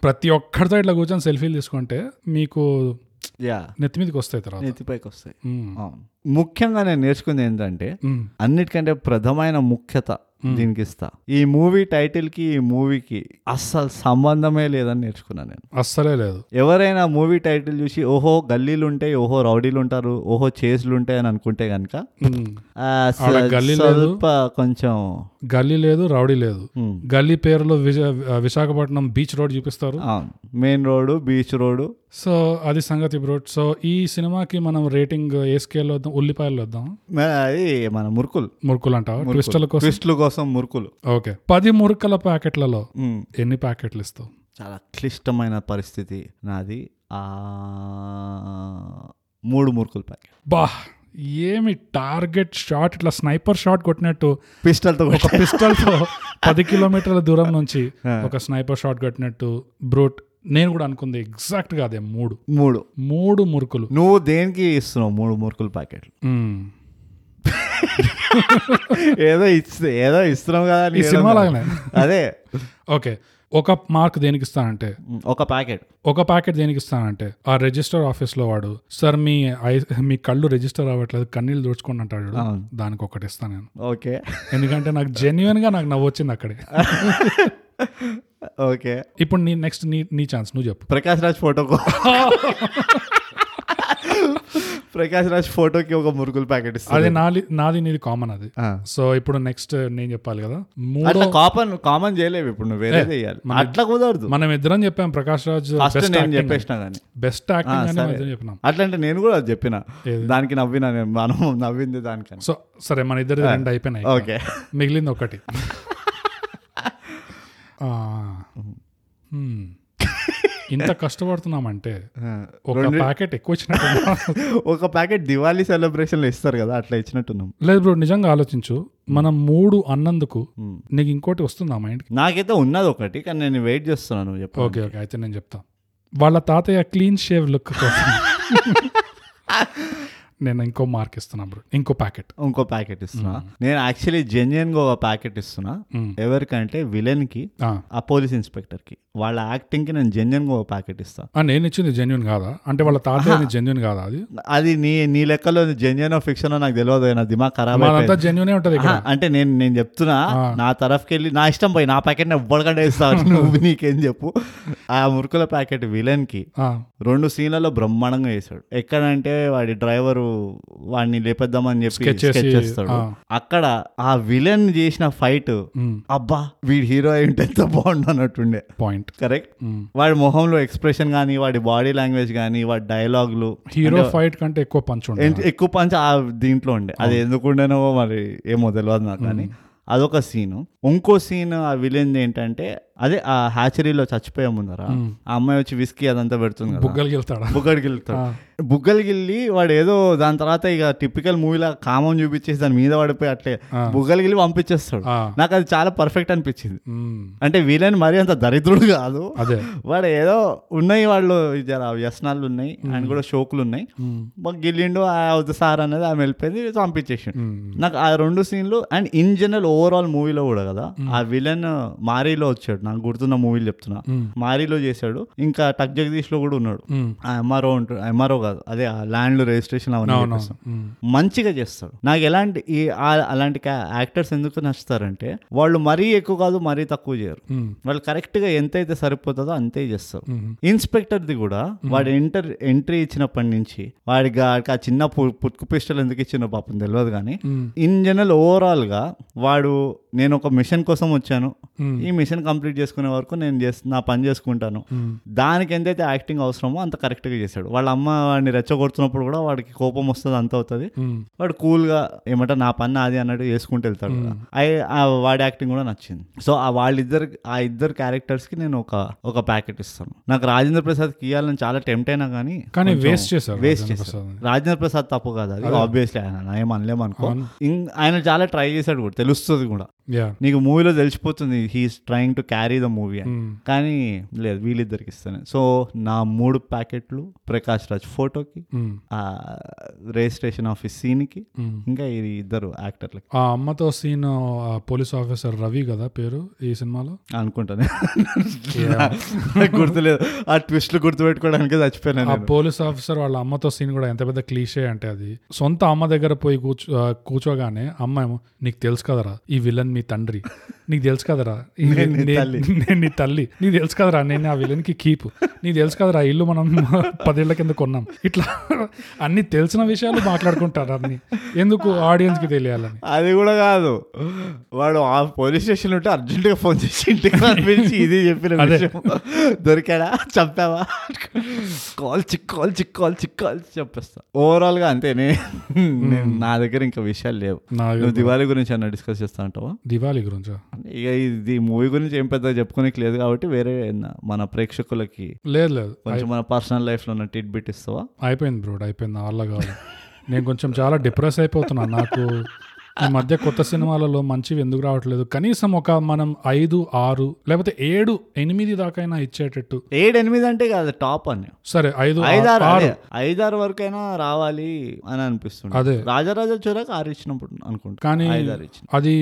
[SPEAKER 2] ప్రతి ఒక్కరితో ఇట్లా కూర్చొని సెల్ఫీలు తీసుకుంటే మీకు
[SPEAKER 1] యా
[SPEAKER 2] నెత్తి మీదకి వస్తాయి తర్వాత
[SPEAKER 1] నెత్తిపైకి వస్తాయి
[SPEAKER 2] ఉమ్,
[SPEAKER 1] అవును. ముఖ్యంగా నేను నేర్చుకుంది ఏంటంటే
[SPEAKER 2] ఉమ్,
[SPEAKER 1] అన్నిటికంటే ప్రధమైన ముఖ్యత దీనికి ఇస్తా ఈ మూవీ టైటిల్ కి ఈ మూవీకి అస్సలు సంబంధమే లేదని నేర్చుకున్నా నేను
[SPEAKER 2] అస్సలే లేదు
[SPEAKER 1] ఎవరైనా మూవీ టైటిల్ చూసి ఓహో గల్లీలు ఉంటాయి ఓహో రౌడీలు ఉంటారు ఓహో చేసులు ఉంటాయి అని అనుకుంటే కనుక
[SPEAKER 2] ఉమ్,
[SPEAKER 1] ఆ, స-
[SPEAKER 2] ఆడ గల్లీ లేదు.
[SPEAKER 1] స్వల్ప కొంచెం
[SPEAKER 2] గల్లీ లేదు రౌడీ లేదు
[SPEAKER 1] ఉమ్,
[SPEAKER 2] గల్లీ పేరులో విజ విశాఖపట్నం బీచ్ రోడ్ చూపిస్తారు
[SPEAKER 1] అవును main road beach road
[SPEAKER 2] so అది సంగతి బ్రో సో ఈ సినిమాకి మనం రేటింగ్ ఏ స్కేల్లో వద్దాం ఉల్లిపాయలు వద్దాం
[SPEAKER 1] అది మన మురుకులు
[SPEAKER 2] మురుకులు అంటావా ట్విస్టల కోసం
[SPEAKER 1] ట్విస్టుల కోసం మురుకులు
[SPEAKER 2] ఓకే పది మురుకల ప్యాకెట్లలో
[SPEAKER 1] ఉమ్.
[SPEAKER 2] ఎన్ని ప్యాకెట్లు ఇస్తావు
[SPEAKER 1] చాలా క్లిష్టమైన పరిస్థితి నాది ఆ మూడు మురుకులు ప్యాకెట్
[SPEAKER 2] బా ఏమి టార్గెట్ షాట్ ఇట్లా స్నైపర్ షాట్ కొట్టినట్టు
[SPEAKER 1] పిస్టల్తో
[SPEAKER 2] ఒక పిస్టల్తో పది కిలోమీటర్ల దూరం నుంచి ఒక స్నైపర్ షాట్ కొట్టినట్టు బ్రూట్ నేను కూడా అనుకుంది ఎగ్జాక్ట్ గా అదే మూడు
[SPEAKER 1] మూడు
[SPEAKER 2] మూడు మురుకులు
[SPEAKER 1] నువ్వు దేనికి ఇస్తున్నావు మూడు మురుకులు ప్యాకెట్లు
[SPEAKER 2] మ్మ్.
[SPEAKER 1] ఏదో ఇస్తే ఏదో ఇస్తున్నావు కదా అని
[SPEAKER 2] ఈ
[SPEAKER 1] ఏదో
[SPEAKER 2] సినిమా
[SPEAKER 1] అన్నా.
[SPEAKER 2] లాగానే
[SPEAKER 1] అదే
[SPEAKER 2] ఓకే ఒక మార్క్ దేనికి ఇస్తానంటే
[SPEAKER 1] ఒక ప్యాకెట్
[SPEAKER 2] ఒక ప్యాకెట్ దేనికి ఇస్తానంటే ఆ రిజిస్టర్ ఆఫీస్ లో వాడు సార్ మీ ఐ- మీ కళ్ళు రిజిస్టర్ అవ్వట్లేదు కన్నీళ్ళు దోచుకోండి అంటాడు చూడు.
[SPEAKER 1] అవును.
[SPEAKER 2] దానికి ఒకటి ఇస్తాను నేను
[SPEAKER 1] ఓకే
[SPEAKER 2] ఎందుకంటే నాకు జెన్యున్ గా నాకు నవ్వు వచ్చింది అక్కడే
[SPEAKER 1] ఓకే
[SPEAKER 2] ఇప్పుడు నీ నెక్స్ట్ నీ నీ ఛాన్స్ నువ్వు చెప్పు
[SPEAKER 1] ప్రకాష్ రాజ్ ఫోటోకు ప్రకాష్ రాజ్ ఫోటోకి ఒక మురుకులు ప్యాకెట్
[SPEAKER 2] అది
[SPEAKER 1] ఇస్తాను
[SPEAKER 2] నాది నాది నీది కామన్ అది సో ఇప్పుడు నెక్స్ట్ నేను చెప్పాలి కదా మూడో
[SPEAKER 1] అట్లా కామన్ కామన్ చేయలేవు ఇప్పుడు నువ్వు వేరే చేయాలి అట్లా కుదరదు
[SPEAKER 2] మనం ఇద్దరం చెప్పాం ప్రకాష్ రాజ్
[SPEAKER 1] ఫస్ట్
[SPEAKER 2] బెస్ట్
[SPEAKER 1] నేను
[SPEAKER 2] యాక్టింగ్
[SPEAKER 1] చెప్పేసిన కానీ
[SPEAKER 2] బెస్ట్ యాక్టింగ్ అని మనం ఇద్దరం చెప్పినాం
[SPEAKER 1] అట్లా అంటే నేను కూడా అది చెప్పిన
[SPEAKER 2] ఏది?
[SPEAKER 1] దానికి నవ్వినా నేను మనం నవ్వింది దానికని
[SPEAKER 2] సో సరే మన ఇద్దరు రెండు అయిపోయినాయి
[SPEAKER 1] ఓకే
[SPEAKER 2] మిగిలింది ఒకటి ఆ. Hmm. ఇంత కష్టపడుతున్నామంటే ఒక ప్యాకెట్ ఎక్కువ ఇచ్చినట్టు
[SPEAKER 1] ఒక ప్యాకెట్ దివాళీ సెలబ్రేషన్లు ఇస్తారు కదా అట్లా ఇచ్చినట్టున్నాం
[SPEAKER 2] లేదు బ్రో నిజంగా ఆలోచించు మనం మూడు అన్నందుకు నీకు ఇంకోటి వస్తుందా మైండ్కి
[SPEAKER 1] నాకైతే ఉన్నది ఒకటి కానీ నేను వెయిట్ చేస్తున్నాను నువ్వు చెప్పు
[SPEAKER 2] ఓకే ఓకే అయితే నేను చెప్తా వాళ్ళ తాతయ్య క్లీన్ షేవ్ లుక్ కోసం నేను ఇంకో మార్క్ ఇస్తున్నా బ్రో ఇంకో ప్యాకెట్
[SPEAKER 1] ఇంకో ప్యాకెట్ ఇస్తున్నా నేను యాక్చువల్లీ జెన్యున్ గా ఒక ప్యాకెట్ ఇస్తున్నా ఎవరికంటే విలన్ కి ఆ పోలీస్ ఇన్స్పెక్టర్ కి వాళ్ళ యాక్టింగ్ కి నేను జెన్యున్ గా ఒక ప్యాకెట్ ఇస్తాను
[SPEAKER 2] నేను ఇచ్చింది జెన్యున్ కాదా అంటే వాళ్ళ తాతయ్య జెన్యున్ కాదా అది
[SPEAKER 1] అది నీ నీ లెక్కలో జెన్యున్ ఫిక్షన్ నాకు తెలియదు నా దిమాగ్ ఖరాబ్ అయిపోయింది.
[SPEAKER 2] మాదంతా జెన్యునే ఉంటుంది ఇక్కడ
[SPEAKER 1] ఆహా, అంటే నేను నేను చెప్తున్నా నా తరఫుకి వెళ్ళి నా ఇష్టం పోయి నా ప్యాకెట్ నేను ఎవ్వడికంటే ఇస్తాను నువ్వు నీకేం చెప్పు ఆ మురుకుల ప్యాకెట్ విలన్ కి
[SPEAKER 2] ఆ,
[SPEAKER 1] రెండు సీన్లలో బ్రహ్మాండంగా చేశాడు ఎక్కడంటే వాడి డ్రైవరు వాడిని లేపేద్దామని చెప్పి
[SPEAKER 2] Sketch
[SPEAKER 1] sketch
[SPEAKER 2] చేసి,
[SPEAKER 1] చేస్తాడు అక్కడ ఆ విలన్ చేసిన ఫైట్
[SPEAKER 2] మ్,
[SPEAKER 1] అబ్బా వీడి హీరో అయింటే ఎంత బాగుండు అన్నట్టుండే
[SPEAKER 2] పాయింట్
[SPEAKER 1] కరెక్ట్
[SPEAKER 2] మ్.
[SPEAKER 1] వాడి మొహంలో ఎక్స్ప్రెషన్ కానీ వాడి బాడీ లాంగ్వేజ్ కానీ వాడి డైలాగులు
[SPEAKER 2] హీరో ఫైట్ కంటే ఎక్కువ పంచ్ ఉండే
[SPEAKER 1] ఎన్- ఎక్కువ పంచ ఆ దీంట్లో ఉండే అది ఎందుకుండేనో మరి ఏమో తెలియదు నాకు కానీ అదొక సీను ఇంకో సీన్ ఆ విలన్ ఏంటంటే అదే ఆ హ్యాచరీలో చచ్చిపోయే ముందర ఆ అమ్మాయి వచ్చి విస్కీ అదంతా పెడుతుంది కదా
[SPEAKER 2] బుగ్గలు గెలుతాడా
[SPEAKER 1] బుగ్గడికి వెళ్తాడు బుగ్గలకి వెళ్ళి వాడు ఏదో దాని తర్వాత ఇక టిపికల్ మూవీలా కామం చూపించేసి దాని మీద పడిపోయి అట్లే బుగ్గలకి వెళ్ళి పంపించేస్తాడు
[SPEAKER 2] ఆ,
[SPEAKER 1] నాకు అది చాలా పర్ఫెక్ట్ అనిపించింది
[SPEAKER 2] మ్,
[SPEAKER 1] అంటే వీలైన మరీ అంత దరిద్రుడు కాదు
[SPEAKER 2] అదే
[SPEAKER 1] వాడు ఏదో ఉన్నాయి వాళ్ళు జర వ్యసనాలు ఉన్నాయి ఆయన కూడా షోకులు ఉన్నాయి
[SPEAKER 2] మ్,
[SPEAKER 1] మాకు గెలిండు ఆ అవుతు సార్ అనేది ఆమె వెళ్ళిపోయింది పంపించేసిండు
[SPEAKER 2] మ్,
[SPEAKER 1] నాకు ఆ రెండు సీన్లు అండ్ ఇన్ జనరల్ ఓవరాల్ మూవీలో కూడా కదా ఆ విలన్ మారీలో వచ్చాడు నాకు గుర్తున్న మూవీలు చెప్తున్నా
[SPEAKER 2] మ్.
[SPEAKER 1] మారీలో చేశాడు ఇంకా టక్ జగదీష్ లో కూడా ఉన్నాడు
[SPEAKER 2] మ్,
[SPEAKER 1] ఆ ఎంఆర్ఓ ఉంటాడు ఎంఆర్ఓ కాదు అదే ఆ ల్యాండ్ రిజిస్ట్రేషన్ అవన్నీ
[SPEAKER 2] అవును
[SPEAKER 1] చేపిస్తాం.
[SPEAKER 2] మ్,
[SPEAKER 1] మంచిగా చేస్తాడు నాకు ఎలాంటి ఈ ఆ- అలాంటి యాక్టర్స్ ఎందుకు నచ్చుతారంటే వాళ్ళు మరీ ఎక్కువ కాదు మరీ తక్కువ చేయరు
[SPEAKER 2] మ్,
[SPEAKER 1] వాళ్ళు correct గా ఎంతైతే సరిపోతుందో అంతే చేస్తారు
[SPEAKER 2] మ్,
[SPEAKER 1] ఇన్స్పెక్టర్ది కూడా వాడు ఎంటర్ ఎంట్రీ ఇచ్చినప్పటి నుంచి వాడికి ఆ- ఆ చిన్న పు- పుట్టుకు పిస్టల్ ఎందుకు ఇచ్చిన పాపం తెలియదు కానీ
[SPEAKER 2] మ్,
[SPEAKER 1] ఇన్ జనరల్ ఓవరాల్ గా వాడు నేను ఒక మిషన్ కోసం వచ్చాను
[SPEAKER 2] మ్,
[SPEAKER 1] ఈ మిషన్ కంప్లీట్ చేసుకునే వరకు నేను చేస్- నా పని చేసుకుంటాను
[SPEAKER 2] మ్.
[SPEAKER 1] దానికి ఎంతైతే యాక్టింగ్ అవసరమో అంత కరెక్ట్గా చేశాడు వాళ్ళ అమ్మ వాడిని రెచ్చగొడుతున్నప్పుడు కూడా వాడికి కోపం వస్తుంది అంత అవుతుంది
[SPEAKER 2] మ్,
[SPEAKER 1] వాడు కూల్గా ఏమంటే నా పని అది అన్నట్టు చేసుకుంటూ వెళ్తాడు కదా అయి- ఆ వాడి యాక్టింగ్ కూడా నచ్చింది సో ఆ వాళ్ళిద్దరు ఆ ఇద్దరు క్యారెక్టర్స్కి నేను ఒక ఒక ప్యాకెట్ ఇస్తాను నాకు రాజేంద్ర ప్రసాద్కి ఇవ్వాలని చాలా టెంప్ట్ అయినా కానీ
[SPEAKER 2] కానీ వేస్ట్ చేశారు
[SPEAKER 1] వేస్ట్
[SPEAKER 2] రాజేంద్ర
[SPEAKER 1] చేశారు
[SPEAKER 2] ప్రసాద్ని.
[SPEAKER 1] రాజేంద్ర ప్రసాద్ తప్పు కాదు అది ఆబ్వియస్లీ ఆయన ఏం అనలేమనుకో ఇం- ఆయన చాలా ట్రై చేశాడు కూడా తెలుస్తుంది కూడా
[SPEAKER 2] యా
[SPEAKER 1] నీకు మూవీలో తెలిసిపోతుంది he's trying to carry the movie అని కానీ లేదు వీళ్ళిద్దరికి ఇస్తాను సో నా మూడు ప్యాకెట్లు ప్రకాష్ రాజ్ ఫోటోకి
[SPEAKER 2] Hmm.
[SPEAKER 1] ఆ రిజిస్ట్రేషన్ ఆఫీస్ సీన్కి ఇంకా ఇది ఇద్దరు యాక్టర్లకి
[SPEAKER 2] ఆ అమ్మతో సీన్ ఆ పోలీస్ ఆఫీసర్ రవి కదా పేరు ఈ సినిమాలో
[SPEAKER 1] అనుకుంటాను నాకు గుర్తులేదు ఆ ట్విస్ట్లు గుర్తుపెట్టుకోవడానికి చచ్చిపోయాను
[SPEAKER 2] ఆ
[SPEAKER 1] నేను.
[SPEAKER 2] పోలీస్ ఆఫీసర్ వాళ్ళ అమ్మతో సీన్ కూడా ఎంత పెద్ద క్లీషే అంటే అది సొంత అమ్మ దగ్గర పోయి కూర్చో ఆ, కూర్చోగానే అమ్మ ఏమో నీకు తెలుసు కదరా ఈ విలన్ మీ తండ్రి నీకు తెలుసు కదరా ఈ
[SPEAKER 1] నేను నీ
[SPEAKER 2] నే-
[SPEAKER 1] తల్లి."
[SPEAKER 2] నేను నీ తల్లి నీకు తెలుసు కదరా నేను ఆ విలన్ కి కీప్ నీకు తెలుసు కదరా ఆ ఇల్లు మనం పదేళ్ల కింద కొన్నాం ఇట్లా అన్ని తెలిసిన విషయాలు మాట్లాడుకుంటారు అన్ని ఎందుకు ఆడియన్స్ కి తెలియాలని
[SPEAKER 1] అది కూడా కాదు వాడు ఆ పోలీస్ స్టేషన్ ఉంటే అర్జెంటుగా ఫోన్ చేసి ఇంటికి పంపించి ఇది చెప్పిన
[SPEAKER 2] అదే.
[SPEAKER 1] విషయం దొరికాడా చంపావా కాల్ చిక్ కాల్ చిక్ కాల్ చిక్ కాల్ చెప్పేస్తా Overall గా అంతే నే- నేను నా దగ్గర ఇంకా విషయాలు లేవు
[SPEAKER 2] నా
[SPEAKER 1] నువ్వు దివాళీ గురించి అన్న డిస్కస్ చేస్తా అంటావా
[SPEAKER 2] దివాళీ గురించా
[SPEAKER 1] ఇక ఇది మూవీ గురించి ఏం పెద్దగా చెప్పుకోనికి లేదు కాబట్టి వేరే ఏదైనా మన ప్రేక్షకులకి
[SPEAKER 2] లేదు లేదు
[SPEAKER 1] కొంచెం మన పర్సనల్ లైఫ్లో ఉన్న టిట్ బిట్ ఇస్తావా
[SPEAKER 2] అయిపోయింది బ్రోడ్ అయిపోయింది అలా కావాలి నేను కొంచెం చాలా డిప్రెస్ అయిపోతున్నా నాకు ఈ మధ్య కొత్త సినిమాలలో మంచివి ఎందుకు రావట్లేదు కనీసం ఒక మనం ఐదు ఆరు లేకపోతే ఏడు ఎనిమిది దాకైనా ఇచ్చేటట్టు
[SPEAKER 1] ఏడు ఎనిమిది అంటే కాదు టాప్ అని
[SPEAKER 2] సరే ఐదు ఆ-
[SPEAKER 1] ఐదారు
[SPEAKER 2] ఆరు
[SPEAKER 1] అదే, ఐదారు వరకైనా రావాలి అని అనిపిస్తుంది
[SPEAKER 2] అదే.
[SPEAKER 1] రాజారాజా చూడక ఆరు ఇచ్చినప్పుడు అనుకుంటా
[SPEAKER 2] కానీ
[SPEAKER 1] ఐదారు ఇచ్చిన
[SPEAKER 2] అది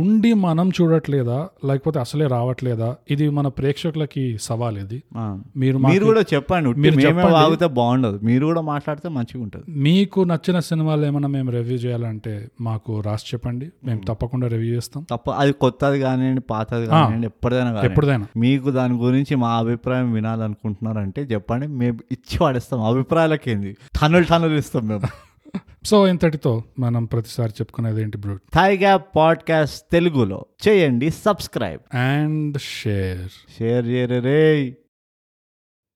[SPEAKER 2] ఉండి మనం చూడట్లేదా లేకపోతే అసలే రావట్లేదా ఇది మన ప్రేక్షకులకి సవాల్ ఇది
[SPEAKER 1] ఆ.
[SPEAKER 2] మీరు
[SPEAKER 1] మీరు
[SPEAKER 2] మాకు-
[SPEAKER 1] కూడా చెప్పండి ఉట్టి
[SPEAKER 2] మీరు
[SPEAKER 1] మేమే
[SPEAKER 2] చెప్పండి.
[SPEAKER 1] వాగితే బాగుండదు మీరు కూడా మాట్లాడితే మంచిగా ఉంటుంది
[SPEAKER 2] మీకు నచ్చిన సినిమాలు ఏమైనా మేము రివ్యూ చేయాలంటే మాకు రాసి చెప్పండి మేము తప్పకుండా రివ్యూ చేస్తాం
[SPEAKER 1] తప్ప అది కొత్తది కానివ్వండి పాతది కానివ్వండి ఎప్పటిదైనా కానివ్వండి
[SPEAKER 2] ఎప్పుడైనా
[SPEAKER 1] మీకు దాని గురించి మా అభిప్రాయం వినాలనుకుంటున్నారంటే చెప్పండి మేము ఇచ్చి వాడేస్తాం అభిప్రాయాలకి ఏంది టనులు టనులు ఇస్తాం మేము
[SPEAKER 2] సో ఇంతటితో మనం ప్రతిసారి చెప్పుకునేది ఏంటి బ్రూట్
[SPEAKER 1] థైగా పాడ్కాస్ట్ తెలుగులో చేయండి సబ్స్క్రైబ్
[SPEAKER 2] అండ్ షేర్
[SPEAKER 1] షేర్ చేయరు రేయ్